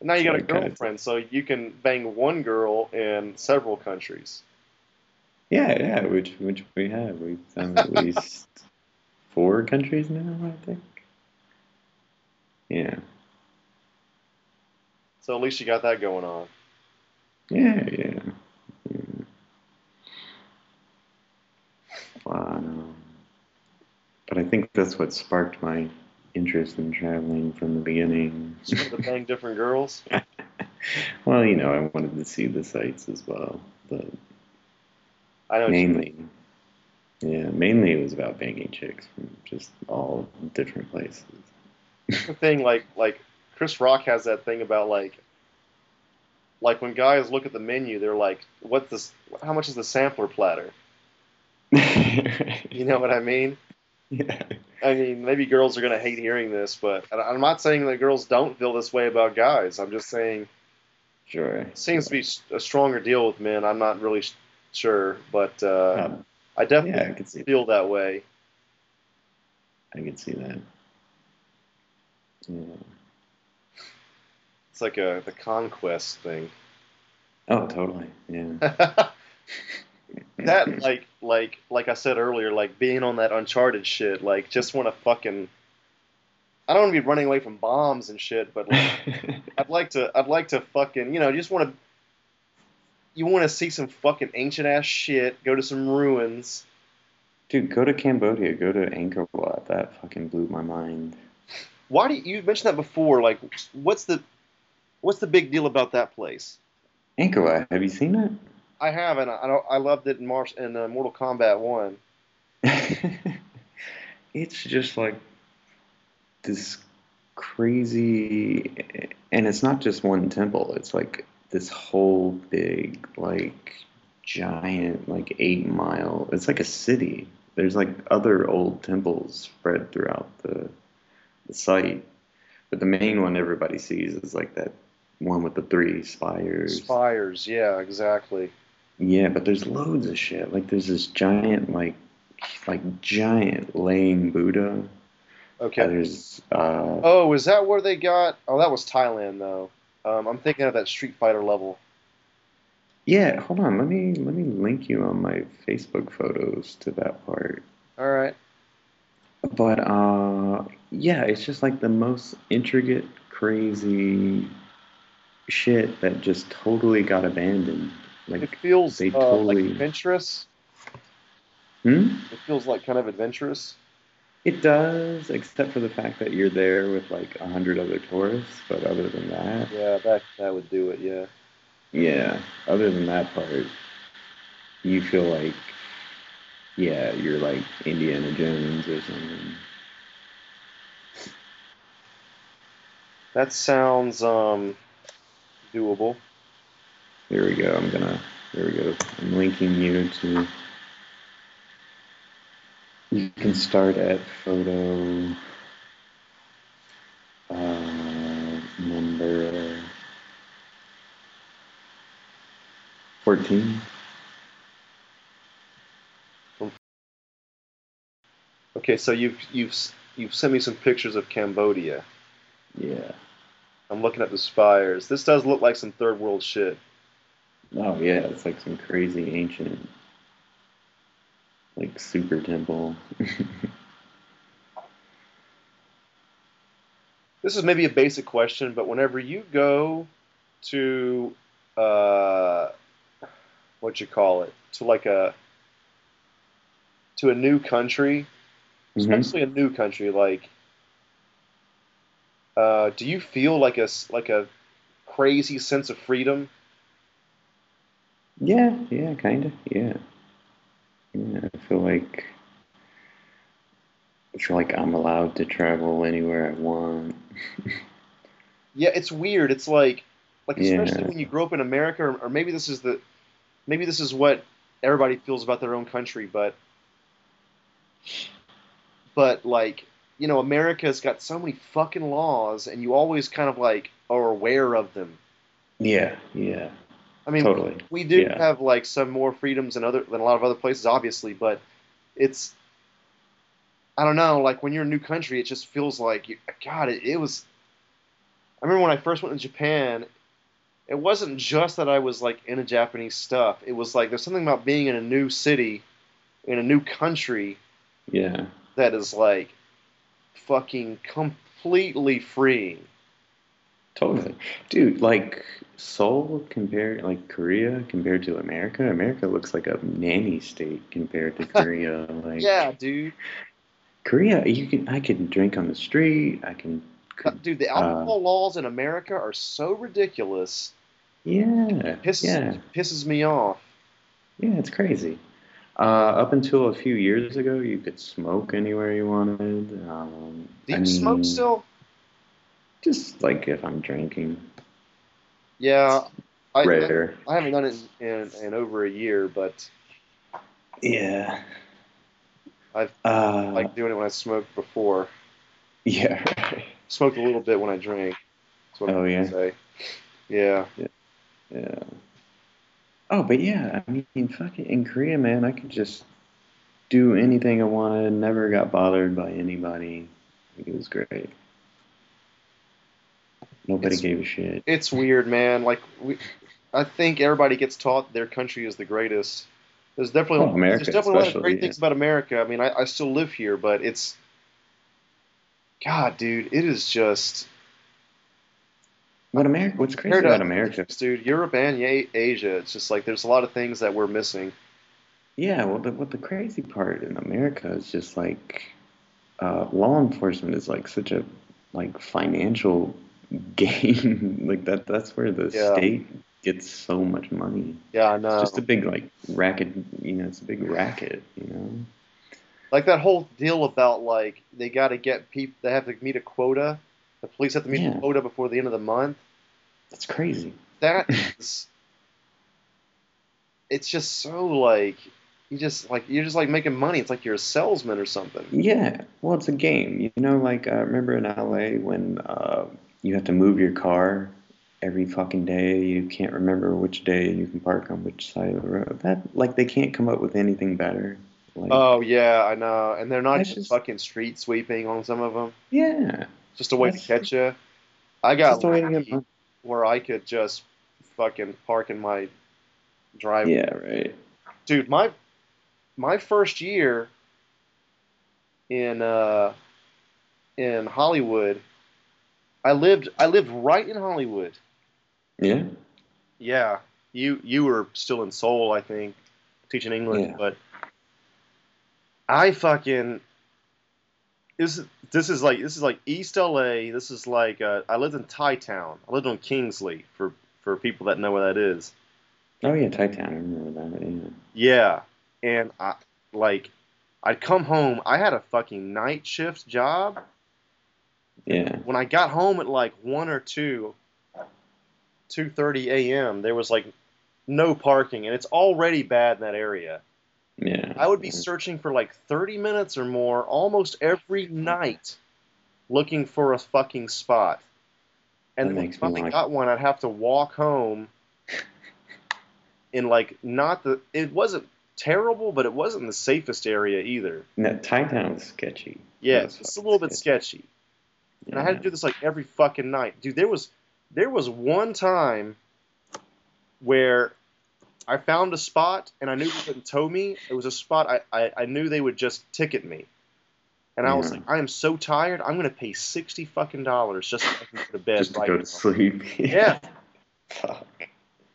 S1: And now you got a
S2: Sure, okay.
S1: girlfriend, so you can bang one girl in several countries.
S2: yeah, yeah, which which we have. We've done at least four countries now, I think. Yeah,
S1: So at least you got that going on.
S2: yeah, yeah. yeah. Wow. But I think that's what sparked my interest in traveling from the beginning.
S1: You got to bang different girls.
S2: well, you know, I wanted to see the sights as well, but
S1: I know.
S2: mainly. Yeah, mainly it was about banging chicks from just all different places.
S1: the thing like like Chris Rock has that thing about like like when guys look at the menu, they're like, "What's this? How much is the sampler platter?" You know what I mean?
S2: yeah.
S1: I mean, maybe girls are gonna hate hearing this, but and I'm not saying that girls don't feel this way about guys. I'm just saying
S2: Sure.
S1: it seems to be a stronger deal with men. I'm not really s- sure, but uh,
S2: Um,
S1: I definitely
S2: yeah, I could see.
S1: feel that way.
S2: I could see that. Yeah.
S1: It's like a the conquest thing.
S2: Oh, totally. Yeah.
S1: that
S2: Mm-hmm.
S1: like like like I said earlier, like being on that uncharted shit, like just want to fucking. I don't want to be running away from bombs and shit, but like, I'd like to. I'd like to fucking you know just want to. You want to see some fucking ancient ass shit? Go to some ruins.
S2: Dude, go to Cambodia. Go to Angkor Wat. That fucking blew my mind.
S1: Why do you, you mentioned that before? Like, what's the what's the big deal about that place?
S2: Angkor Wat. Have you seen it?
S1: I have, and I, I, don't- I loved it in Mars in uh, Mortal Kombat One.
S2: it's just like this crazy and it's not just one temple it's like this whole big like giant like eight mile it's like a city there's like other old temples spread throughout the, the site but the main one everybody sees is like that one with the three spires
S1: Spires, yeah, exactly.
S2: yeah, but there's loads of shit. Like there's this giant like like giant laying Buddha.
S1: Okay.
S2: There's uh
S1: Oh, is that where they got? Oh, that was Thailand though. Um, I'm thinking of that Street Fighter level.
S2: yeah, hold on, let me let me link you on my Facebook photos to that part.
S1: All right.
S2: But uh yeah, it's just like the most intricate, crazy shit that just totally got abandoned.
S1: It
S2: Like
S1: feels
S2: They
S1: uh,
S2: totally-
S1: like adventurous.
S2: hmm?
S1: It feels like kind of adventurous.
S2: It does, except for the fact that you're there with like a hundred other tourists, but other than that
S1: Yeah, that that would do it. Yeah.
S2: Yeah. Other than that part, you feel like, yeah, you're like Indiana Jones or something.
S1: That sounds um doable.
S2: Here we go. I'm gonna. Here we go. I'm linking you to. You can start at photo uh, number fourteen.
S1: Okay, so you've you've you've sent me some pictures of Cambodia.
S2: Yeah.
S1: I'm looking at the spires. This does look like some third world shit.
S2: Oh yeah, it's like some crazy ancient, like super temple.
S1: This is maybe a basic question, but whenever you go to uh, what you call it to like a to a new country,
S2: Mhm.
S1: especially a new country like uh, do you feel like a s- like a crazy sense of freedom
S2: Yeah, yeah, kind of. Yeah. Yeah, I feel like I feel like I'm allowed to travel anywhere I want.
S1: yeah it's weird it's like like
S2: Yeah.
S1: especially when you grow up in america or, or maybe this is the maybe this is what everybody feels about their own country but but like you know america's got so many fucking laws and you always kind of like are aware of them
S2: Yeah, yeah,
S1: i mean
S2: totally.
S1: we do
S2: Yeah.
S1: have like some more freedoms than other than a lot of other places, obviously, but it's I don't know. Like when you're in a new country, it just feels like you, God. It, it was. I remember when I first went to Japan. It wasn't just that I was like into Japanese stuff. It was like there's something about being in a new city, in a new country
S2: Yeah,
S1: that is like fucking completely freeing.
S2: totally. Dude, like Seoul compared like Korea compared to America, America looks like a nanny state compared to Korea. Like
S1: Yeah, dude.
S2: Korea, you can I can drink on the street, I can could,
S1: Dude, the alcohol laws in America are so ridiculous.
S2: yeah.
S1: Pisses
S2: Yeah.
S1: pisses me off.
S2: Yeah, it's crazy. Uh, up until a few years ago, you could smoke anywhere you wanted. Um,
S1: Do you
S2: I mean,
S1: smoke still?
S2: Just like if I'm drinking,
S1: Yeah, I, I
S2: rare.
S1: haven't done it in, in, in over a year, but
S2: Yeah.
S1: I've-
S2: uh,
S1: I like doing it when I smoked before.
S2: yeah.
S1: Smoked a little bit when I drank. That's what
S2: Oh,
S1: I'm
S2: yeah?
S1: yeah. Say. Yeah,
S2: yeah. Oh, but yeah, I mean, fucking in Korea, man, I could just do anything I wanted. Never got bothered by anybody. It was great. Nobody
S1: It's-
S2: gave a shit.
S1: it's weird, man. Like we, I think everybody gets taught their country is the greatest. There's definitely
S2: Oh, America
S1: there's definitely a lot of
S2: especially,
S1: great
S2: yeah.
S1: things about America. I mean, I, I still live here, but it's God, dude, it is just
S2: What America? What's crazy
S1: Compared to
S2: about
S1: other
S2: America
S1: countries, dude. Europe and ya- Asia, it's just like there's a lot of things that we're missing.
S2: Yeah, well, the, what the crazy part in America is just like uh, law enforcement is like such a like financial game. like that that's where the
S1: Yeah.
S2: state gets so much money.
S1: Yeah, I
S2: It's
S1: know.
S2: just a big like racket, you know, it's a big racket, you know.
S1: like that whole deal about like they got to get people they have to meet a quota the police have to meet
S2: Yeah.
S1: a quota before the end of the month
S2: That's crazy.
S1: that is it's just so like you just like you're just like making money it's like you're a salesman or something
S2: Yeah, well, it's a game. You know, like I remember in LA when uh, you have to move your car every fucking day. You can't remember which day you can park on which side of the road. That like they can't come up with anything better. Like,
S1: oh yeah i know and they're not
S2: That's
S1: even
S2: just-
S1: fucking street sweeping on some of them
S2: yeah,
S1: just a way to
S2: That's-
S1: catch you i
S2: it's
S1: got
S2: just a way to get
S1: lucky
S2: money.
S1: where i could just fucking park in my driveway
S2: yeah, right.
S1: dude my my first year in uh in hollywood i lived i lived right in hollywood
S2: Yeah,
S1: yeah you you were still in seoul i think teaching english
S2: Yeah.
S1: but i fucking this is- this is like this is like east la this is like uh, i lived in thai town i lived on kingsley for for people that know where that is
S2: oh yeah, Thai Town. I remember that.
S1: Yeah,
S2: Yeah.
S1: and I like I'd come home. I had a fucking night shift job.
S2: Yeah,
S1: When I got home at like one or two, two thirty a.m., there was like no parking, and it's already bad in that area.
S2: yeah.
S1: I would be
S2: Yeah.
S1: searching for like thirty minutes or more almost every night, looking for a fucking spot. And
S2: That
S1: then when I
S2: makes me
S1: finally
S2: like-
S1: got one, I'd have to walk home. In like not the it wasn't terrible, but it wasn't the safest area either.
S2: No, Thai Town was sketchy.
S1: Yeah,
S2: That was
S1: it's a
S2: fucking
S1: little bit sketchy. And I had to do this like every fucking night. Dude, there was there was one time where I found a spot and I knew they wouldn't tow me. It was a spot I, I, I knew they would just ticket me. And I was
S2: Yeah.
S1: like, I am so tired, I'm gonna pay sixty fucking dollars just so I can go to bed
S2: Just to
S1: right
S2: go
S1: now.
S2: to sleep.
S1: Yeah.
S2: Fuck.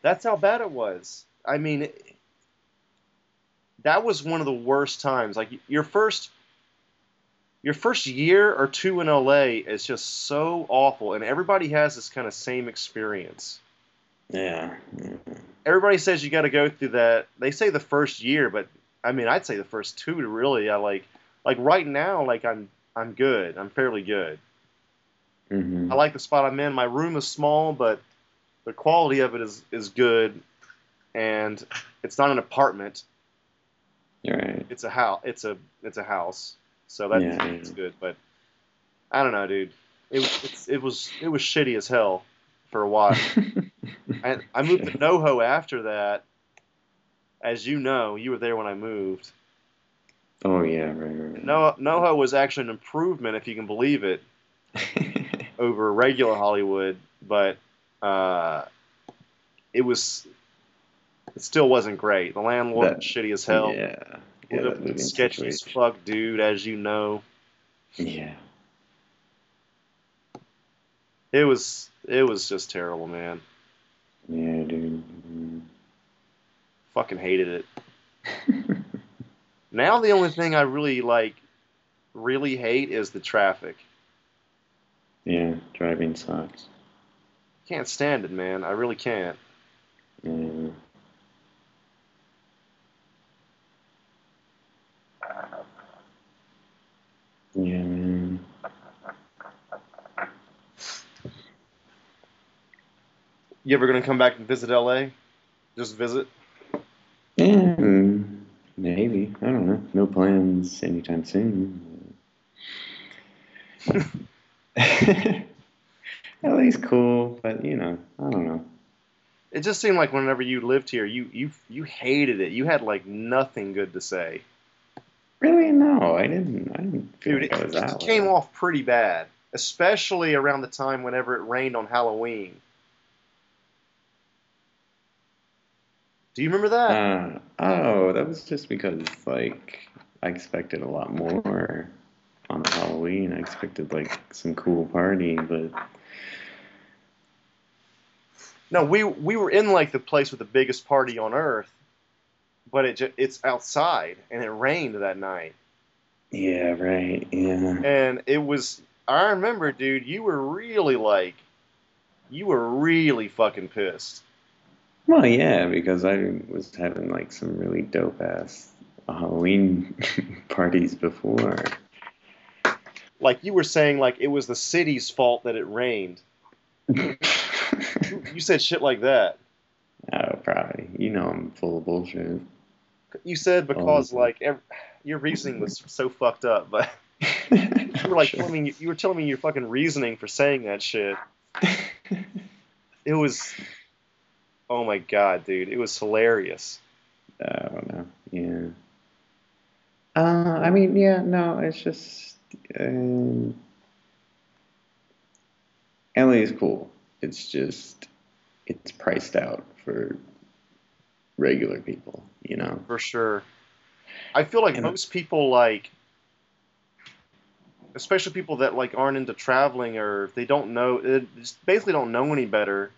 S1: That's how bad it was. I mean, it- that was one of the worst times. Like your first, your first year or two in LA is just so awful, and everybody has this kind of same experience.
S2: Yeah. yeah.
S1: Everybody says you got to go through that. They say the first year, but I mean, I'd say the first two to really. I like, like right now, like I'm, I'm good. I'm fairly good.
S2: Mhm.
S1: I like the spot I'm in. My room is small, but the quality of it is is good, and it's not an apartment.
S2: You're right.
S1: It's a house. It's a it's a house. So that's
S2: Yeah, yeah.
S1: it's good. But I don't know, dude. It was- it's, it was it was shitty as hell for a while. and I moved to NoHo after that. As you know, you were there when I moved.
S2: oh yeah, right, right. right.
S1: No, NoHo was actually an improvement, if you can believe it. over regular Hollywood, but uh, it was it still wasn't great. The landlord
S2: That-
S1: was shitty as hell.
S2: Yeah. Yeah,
S1: Ended up
S2: that
S1: with
S2: living
S1: sketchy as
S2: situation.
S1: fuck, dude. As you know,
S2: Yeah.
S1: it was it was just terrible, man.
S2: Yeah, dude. Mhm.
S1: Fucking hated it.
S2: Mm-hmm.
S1: Now the only thing I really like, really hate is the traffic.
S2: yeah, driving sucks.
S1: Can't stand it, man. I really can't.
S2: Yeah. Yeah, man.
S1: You ever gonna come back and visit LA? Just visit?
S2: Yeah, mm, maybe. I don't know. No plans anytime soon. LA's cool, but you know, I don't know.
S1: It just seemed like whenever you lived here, you you you hated it. You had like nothing good to say.
S2: Really, no, I didn't. I didn't feel
S1: Dude, it,
S2: like I was
S1: it
S2: out.
S1: came off pretty bad, especially around the time whenever it rained on Halloween. Do you remember that?
S2: Uh, oh, that was just because like I expected a lot more on Halloween. I expected like some cool party, but
S1: no, we we were in like the place with the biggest party on earth, but it ju- it's outside and it rained that night,
S2: yeah, right, yeah,
S1: and it was. I remember, dude, you were really like, you were really fucking pissed.
S2: well, yeah, because I was having like some really dope ass Halloween parties before.
S1: Like you were saying, like it was the city's fault that it rained. You, you said shit like that.
S2: oh, probably. You know I'm full of bullshit.
S1: You said because
S2: Um,
S1: like ev your reasoning was so fucked up, but you were like telling me you were telling me your fucking reasoning for saying that shit. It was, oh my god, dude, it was hilarious.
S2: I don't know. Yeah. Uh, I mean, yeah, no, it's just um, LA is cool. It's just it's priced out for regular people, you know.
S1: for sure. I feel like
S2: And-
S1: most people like, especially people that like aren't into traveling or they don't know, they just basically don't know any better,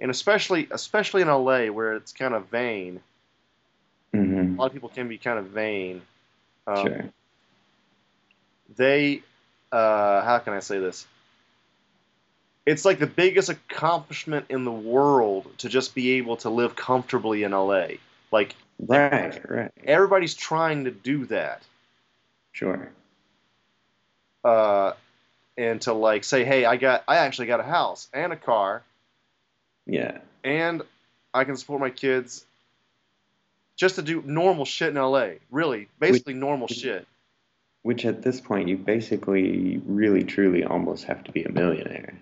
S1: and especially especially in LA where it's kind of vain. A
S2: Mm-hmm.
S1: lot of people can be kind of vain. Um,
S2: sure.
S1: They, uh, how can I say this? It's like the biggest accomplishment in the world to just be able to live comfortably in LA. Like
S2: Right. Right.
S1: everybody's trying to do that.
S2: Sure.
S1: uh, and to like say, hey, I got, I actually got a house and a car,
S2: Yeah.
S1: and I can support my kids. Just to do normal shit in LA, really, basically normal shit.
S2: Which at this point, you basically, really, truly, almost have to be a millionaire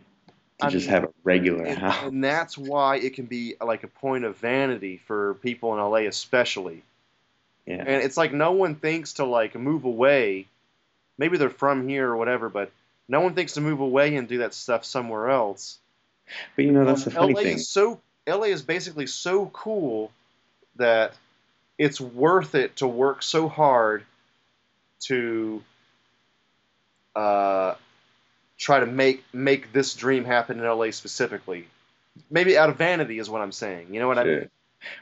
S2: to
S1: I
S2: just
S1: mean,
S2: have a regular
S1: And,
S2: house.
S1: and that's why it can be like a point of vanity for people in LA, especially
S2: Yeah.
S1: and it's like no one thinks to like move away maybe they're from here or whatever but no one thinks to move away and do that stuff somewhere else
S2: But you know, that's the funny
S1: la
S2: thing.
S1: is so la is basically so cool that it's worth it to work so hard to uh, try to make make this dream happen in la specifically maybe out of vanity is what i'm saying you know what i mean
S2: Sure.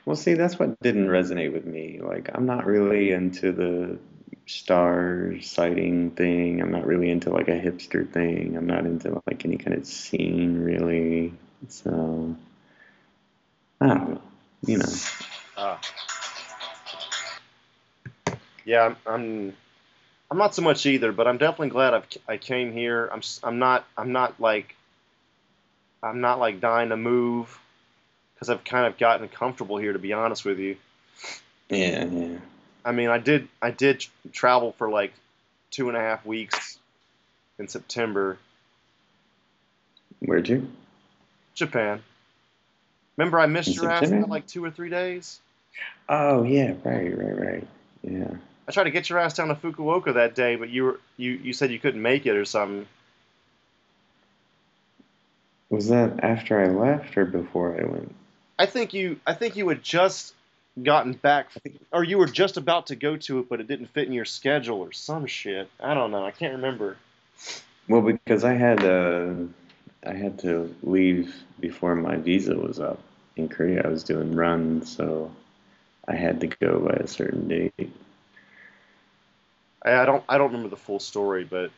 S2: Well, see, that's what didn't resonate with me. Like, I'm not really into the star sighting thing. I'm not really into like a hipster thing. I'm not into like any kind of scene really. So, I don't know. You know,
S1: Ah. Yeah, I'm, I'm. I'm not so much either, but I'm definitely glad I've, I came here. I'm. s- I'm not. I'm not like. I'm not like dying to move, because I've kind of gotten comfortable here. To be honest with you,
S2: yeah, yeah.
S1: I mean, I did. I did tr- travel for like two and a half weeks in September,
S2: Where'd you?
S1: Japan. Remember, I missed
S2: In
S1: your ass for
S2: September?
S1: like two or three days.
S2: Oh, yeah, right, right, right. Yeah.
S1: I tried to get your ass down to Fukuoka that day, but you were you, you said you couldn't make it or something.
S2: Was that after I left or before I went?
S1: I think you I think you had just gotten back or you were just about to go to it but it didn't fit in your schedule or some shit. I don't know. I can't remember.
S2: Well, because I had uh, I had to leave before my visa was up in Korea. I was doing runs, so I had to go by a certain date.
S1: I, I don't I don't remember the full story, but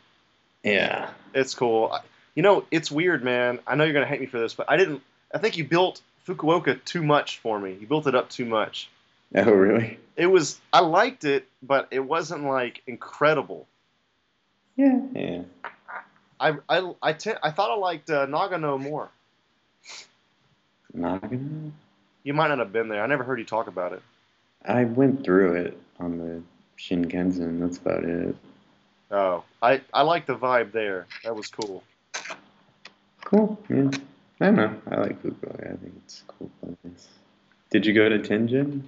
S2: Yeah.
S1: it's cool. I, you know, it's weird, man. I know you're going to hate me for this, but I didn't I think you built Fukuoka too much for me. You built it up too much.
S2: Oh, really?
S1: It was I liked it, but it wasn't like incredible.
S2: Yeah. Yeah.
S1: I I I, te- I thought I liked uh, Nagano more.
S2: Not gonna.
S1: You might not have been there. I never heard you talk about it.
S2: I went through it on the Shinkansen. That's about it.
S1: Oh, I I like the vibe there. That was cool.
S2: Cool. Yeah. I don't know. I like Fukuoka. I think it's a cool place. Did you go to Tenjin?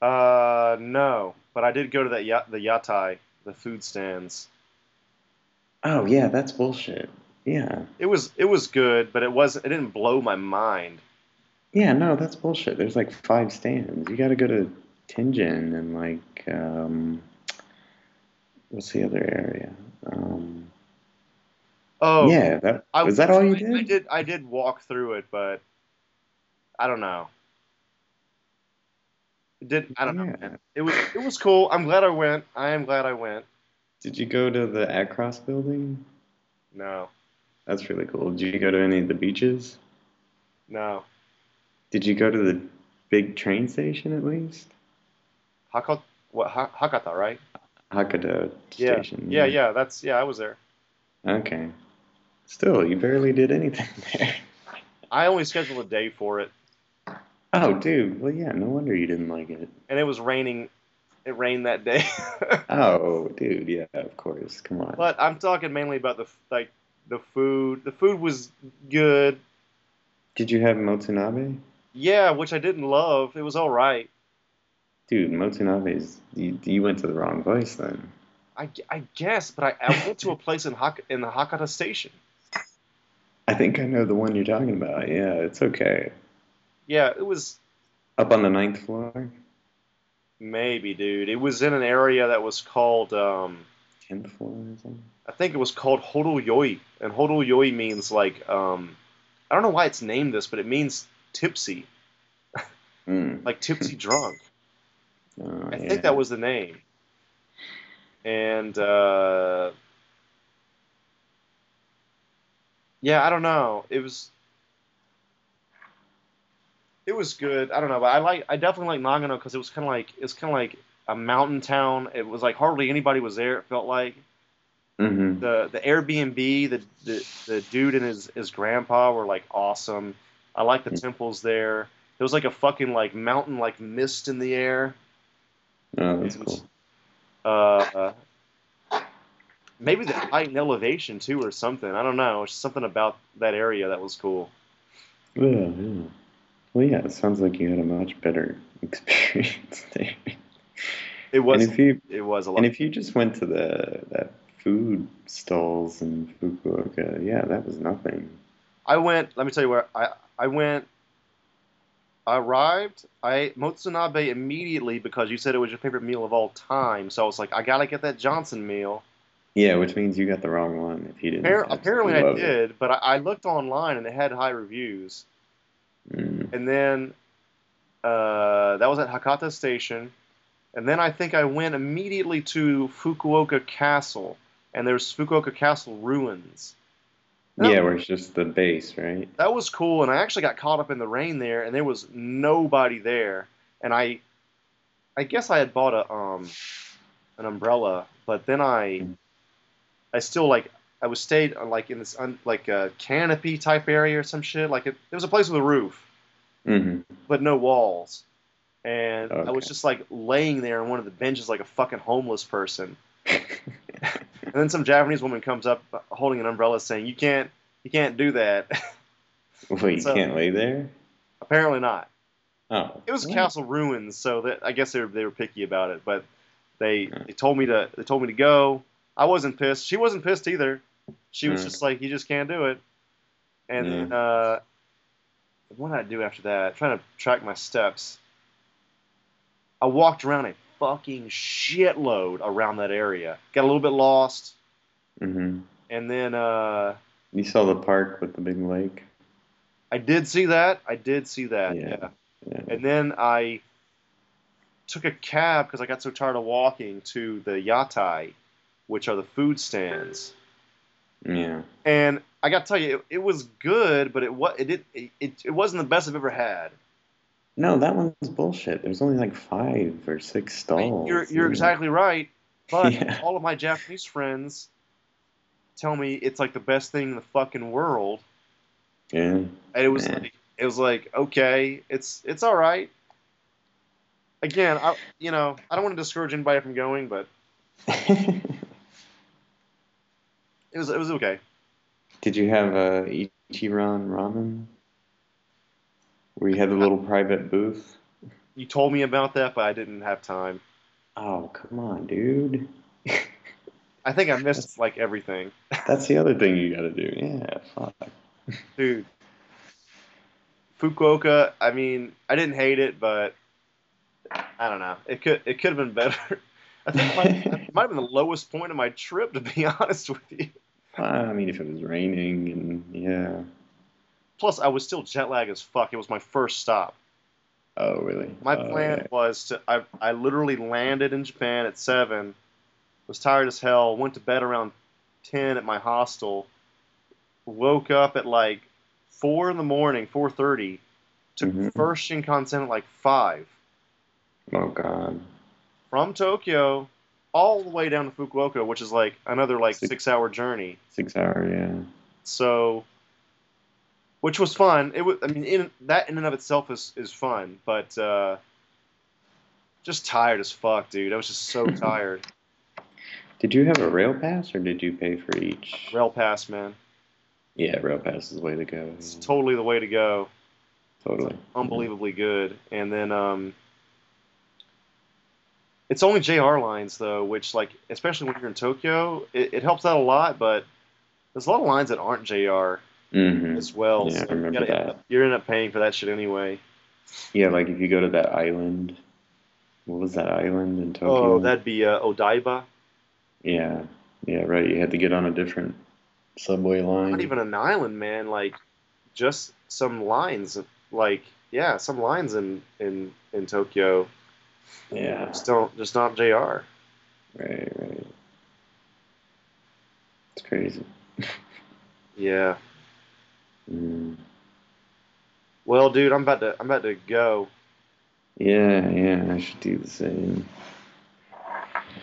S1: Uh, no, but I did go to that ya- the yatai, the food stands.
S2: Oh yeah, that's bullshit. Yeah.
S1: It was it was good, but it wasn't. It didn't blow my mind.
S2: Yeah, no, that's bullshit. There's like five stands. You got to go to Tenjin and like um, what's the other area? Um,
S1: Oh,
S2: yeah, that
S1: I,
S2: was that all you
S1: I, I
S2: did?
S1: did I did walk through it, but I don't know. It did I don't know.
S2: Yeah.
S1: It was it was cool. I'm glad I went. I am glad I went.
S2: Did you go to the Akros building?
S1: No,
S2: That's really cool. Did you go to any of the beaches?
S1: no.
S2: Did you go to the big train station at least?
S1: Hakata, what ha- Hakata, right?
S2: Hakata
S1: Yeah.
S2: station.
S1: Yeah, yeah. That's yeah. I was there.
S2: Okay. Still, you barely did anything there.
S1: I only scheduled a day for it.
S2: Oh, dude. Well, yeah. No wonder you didn't like it.
S1: and it was raining. It rained that day,
S2: Oh, dude. Yeah, of course. Come on.
S1: but I'm talking mainly about the f- like the food. The food was good,
S2: Did you have Motsunabe?
S1: yeah, which I didn't love. It was all right.
S2: Dude, Motsunabe's. You, you went to the wrong place then.
S1: I, gu- I guess, but I, I went to a place in Hak- in the Hakata station.
S2: I think I know the one you're talking about. Yeah, it's okay.
S1: Yeah, it was
S2: Up on the ninth floor?
S1: maybe, dude. It was in an area that was called um,
S2: Tenth floor or something?
S1: I think it was called Hodoyoi, and Hodoyoi means like um, I don't know why it's named this, but it means tipsy,
S2: Mm.
S1: like tipsy drunk.
S2: Oh,
S1: I
S2: yeah.
S1: think that was the name. And uh, yeah, I don't know. It was it was good. I don't know, but I like I definitely like Nagano because it was kind of like it's kind of like a mountain town. It was like hardly anybody was there. It felt like
S2: Mhm.
S1: the the Airbnb, the the, the dude and his, his grandpa were like awesome. I like the
S2: Mm.
S1: temples there. It was like a fucking like mountain like mist in the air.
S2: Oh, that's
S1: It was-
S2: cool.
S1: uh, maybe the height and elevation too, or something. I don't know. It's something about that area that was cool.
S2: Yeah, yeah. Well, yeah, it sounds like you had a much better experience there.
S1: It was
S2: and if you
S1: it was a lot.
S2: and if you just went to the that food stalls in Fukuoka, yeah, that was nothing.
S1: I went. Let me tell you where I I went. I arrived. I ate Motsunabe immediately because you said it was your favorite meal of all time. So I was like, I gotta get that Johnson meal.
S2: Yeah, which means you got the wrong one if you didn't.
S1: Appar-
S2: absolutely
S1: apparently, I
S2: love it.
S1: did, but I, I looked online and it had high reviews.
S2: Mm.
S1: And then uh, that was at Hakata Station. And then I think I went immediately to Fukuoka Castle, and there's Fukuoka Castle ruins. No.
S2: Yeah, where it's just the base, right?
S1: that was cool and i actually got caught up in the rain there and there was nobody there and i i guess i had bought a um an umbrella but then i i still like i was stayed on like in this un, like a canopy type area or some shit like it, it was a place with a roof
S2: hmm
S1: but no walls and i was
S2: Okay.
S1: just like laying there on one of the benches like a fucking homeless person and then some japanese woman comes up holding an umbrella saying you can't you can't do that
S2: Well, you
S1: So-
S2: can't lay there.
S1: apparently not
S2: Oh,
S1: it was
S2: what?
S1: castle ruins so that i guess they were, they were picky about it but they
S2: Mm.
S1: they told me to they told me to go i wasn't pissed she wasn't pissed either she was
S2: Mm.
S1: just like you just can't do it and
S2: Yeah.
S1: then uh what did i do after that trying to track my steps i walked around a fucking shitload around that area got a little bit lost
S2: Mhm.
S1: and then uh
S2: You saw the park with the big lake.
S1: i did see that i did see that
S2: Yeah.
S1: yeah.
S2: Yeah.
S1: And then I took a cab because I got so tired of walking to the yatai, which are the food stands.
S2: Yeah.
S1: And I got to tell you, it, it was good, but it was it, did, it it it wasn't the best I've ever had.
S2: No, that one's bullshit. There's only like five or six
S1: I
S2: stalls.
S1: mean, you're you're
S2: Yeah.
S1: exactly right, but
S2: Oh, Yeah.
S1: all of my Japanese friends tell me it's like the best thing in the fucking world,
S2: Yeah.
S1: and it was
S2: Yeah.
S1: like it was like okay, it's it's all right. Again, I you know I don't want to discourage anybody from going, but it was it was okay.
S2: Did you have uh, Ichiran ramen? Where you had the little private booth?
S1: You told me about that, but I didn't have time.
S2: Oh, come on, dude.
S1: I think I missed like everything,
S2: That's the other thing you gotta do. Yeah, fuck.
S1: dude. Fukuoka. I mean, I didn't hate it, but I don't know. It could it could have been better. I think it might, it might have been the lowest point of my trip, to be honest with you.
S2: Well, I mean, if it was raining and yeah.
S1: Plus, I was still jet lag as fuck. It was my first stop.
S2: Oh, really?
S1: My
S2: Oh,
S1: plan was to I I literally landed in Japan at seven, was tired as hell, went to bed around ten at my hostel, woke up at like four in the morning, four thirty, took the
S2: Mhm.
S1: first Shinkansen at like five
S2: yeah. Oh God.
S1: from Tokyo all the way down to Fukuoka, which is like another like
S2: Six-
S1: six hour journey.
S2: Six hour, yeah.
S1: So which was fun. It was, I mean, in, that in and of itself is, is fun, but uh, just tired as fuck, dude. I was just so tired.
S2: Did you have a rail pass or did you pay for each?
S1: Rail pass, man.
S2: Yeah, rail pass is the way to go.
S1: It's
S2: yeah.
S1: totally the way to go.
S2: totally.
S1: Unbelievably good. And then um, it's only JR lines though, which like especially when you're in Tokyo, it, it helps out a lot. But there's a lot of lines that aren't JR
S2: hmm
S1: as well.
S2: Yeah, I
S1: so you
S2: remember
S1: gotta end
S2: that.
S1: up, you're end up paying for that shit anyway.
S2: Yeah, like if you go to that island. What was that island in Tokyo?
S1: Oh, that'd be uh, Odaiba.
S2: Yeah, yeah, right. You had to get on a different subway line.
S1: Not even an island, man. Like just some lines. Like yeah, some lines in in in Tokyo
S2: Yeah,
S1: just don't just not JR.
S2: right, right. It's crazy.
S1: Yeah.
S2: Mm.
S1: Well, dude, I'm about to I'm about to go.
S2: Yeah, yeah, I should do the same.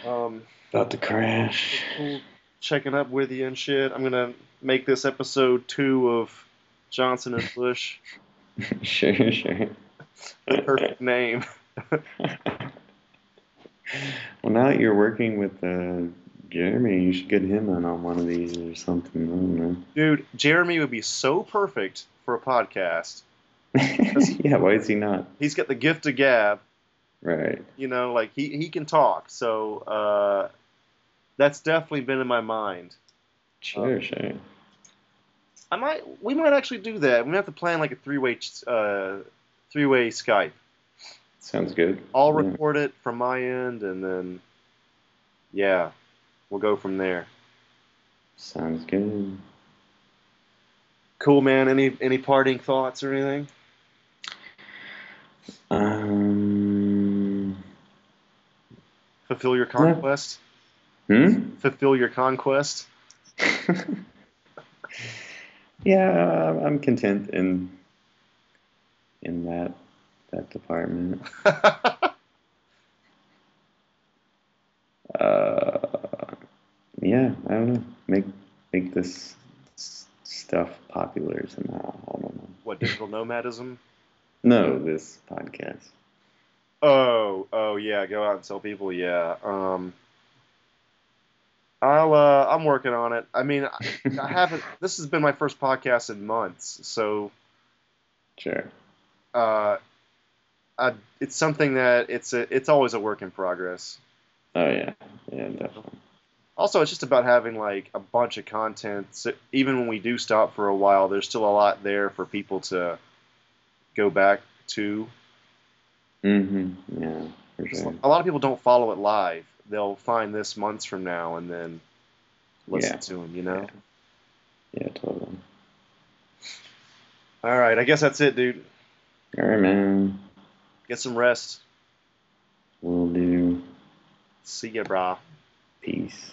S1: Um,
S2: About to crash.
S1: cool checking up with you and shit. I'm gonna make this episode two of Johnson and Bush
S2: sure, sure.
S1: the perfect name.
S2: Well, now that you're working with uh, Jeremy, you should get him in on one of these or something. I don't know.
S1: Dude, Jeremy would be so perfect for a podcast.
S2: yeah, why is he not?
S1: He's got the gift of gab.
S2: Right.
S1: You know, like he he can talk. So uh, that's definitely been in my mind.
S2: Sure,
S1: Um,
S2: sure.
S1: I might we might actually do that. We might have to plan like a three way uh, three way Skype.
S2: Sounds good.
S1: I'll
S2: Yeah.
S1: record it from my end, and then yeah, we'll go from there.
S2: Sounds good.
S1: Cool, man. Any any parting thoughts or anything?
S2: Um.
S1: Fulfill your conquest.
S2: Hmm.
S1: Fulfill your conquest.
S2: yeah, I'm- I'm content in in that that department. Uh, yeah, I don't know. Make make this s- stuff popular somehow. I don't know.
S1: what digital nomadism?
S2: No, this podcast.
S1: Oh, oh yeah, go out and tell people. Yeah. Um, I'll. Uh, I'm working on it. I mean, I, I haven't. This has been my first podcast in months, so
S2: sure.
S1: uh, I, it's something that it's a. It's always a work in progress.
S2: Oh yeah, yeah, definitely.
S1: Also, it's just about having like a bunch of content. So even when we do stop for a while, there's still a lot there for people to go back to.
S2: Mm-hmm. Yeah, for sure.
S1: A lot of people don't follow it live. They'll find this months from now and then listen
S2: Yeah.
S1: to them, you know?
S2: Yeah, totally.
S1: All right, I guess that's it, dude.
S2: All right, man.
S1: Get some rest.
S2: Will do.
S1: See ya, brah.
S2: Peace.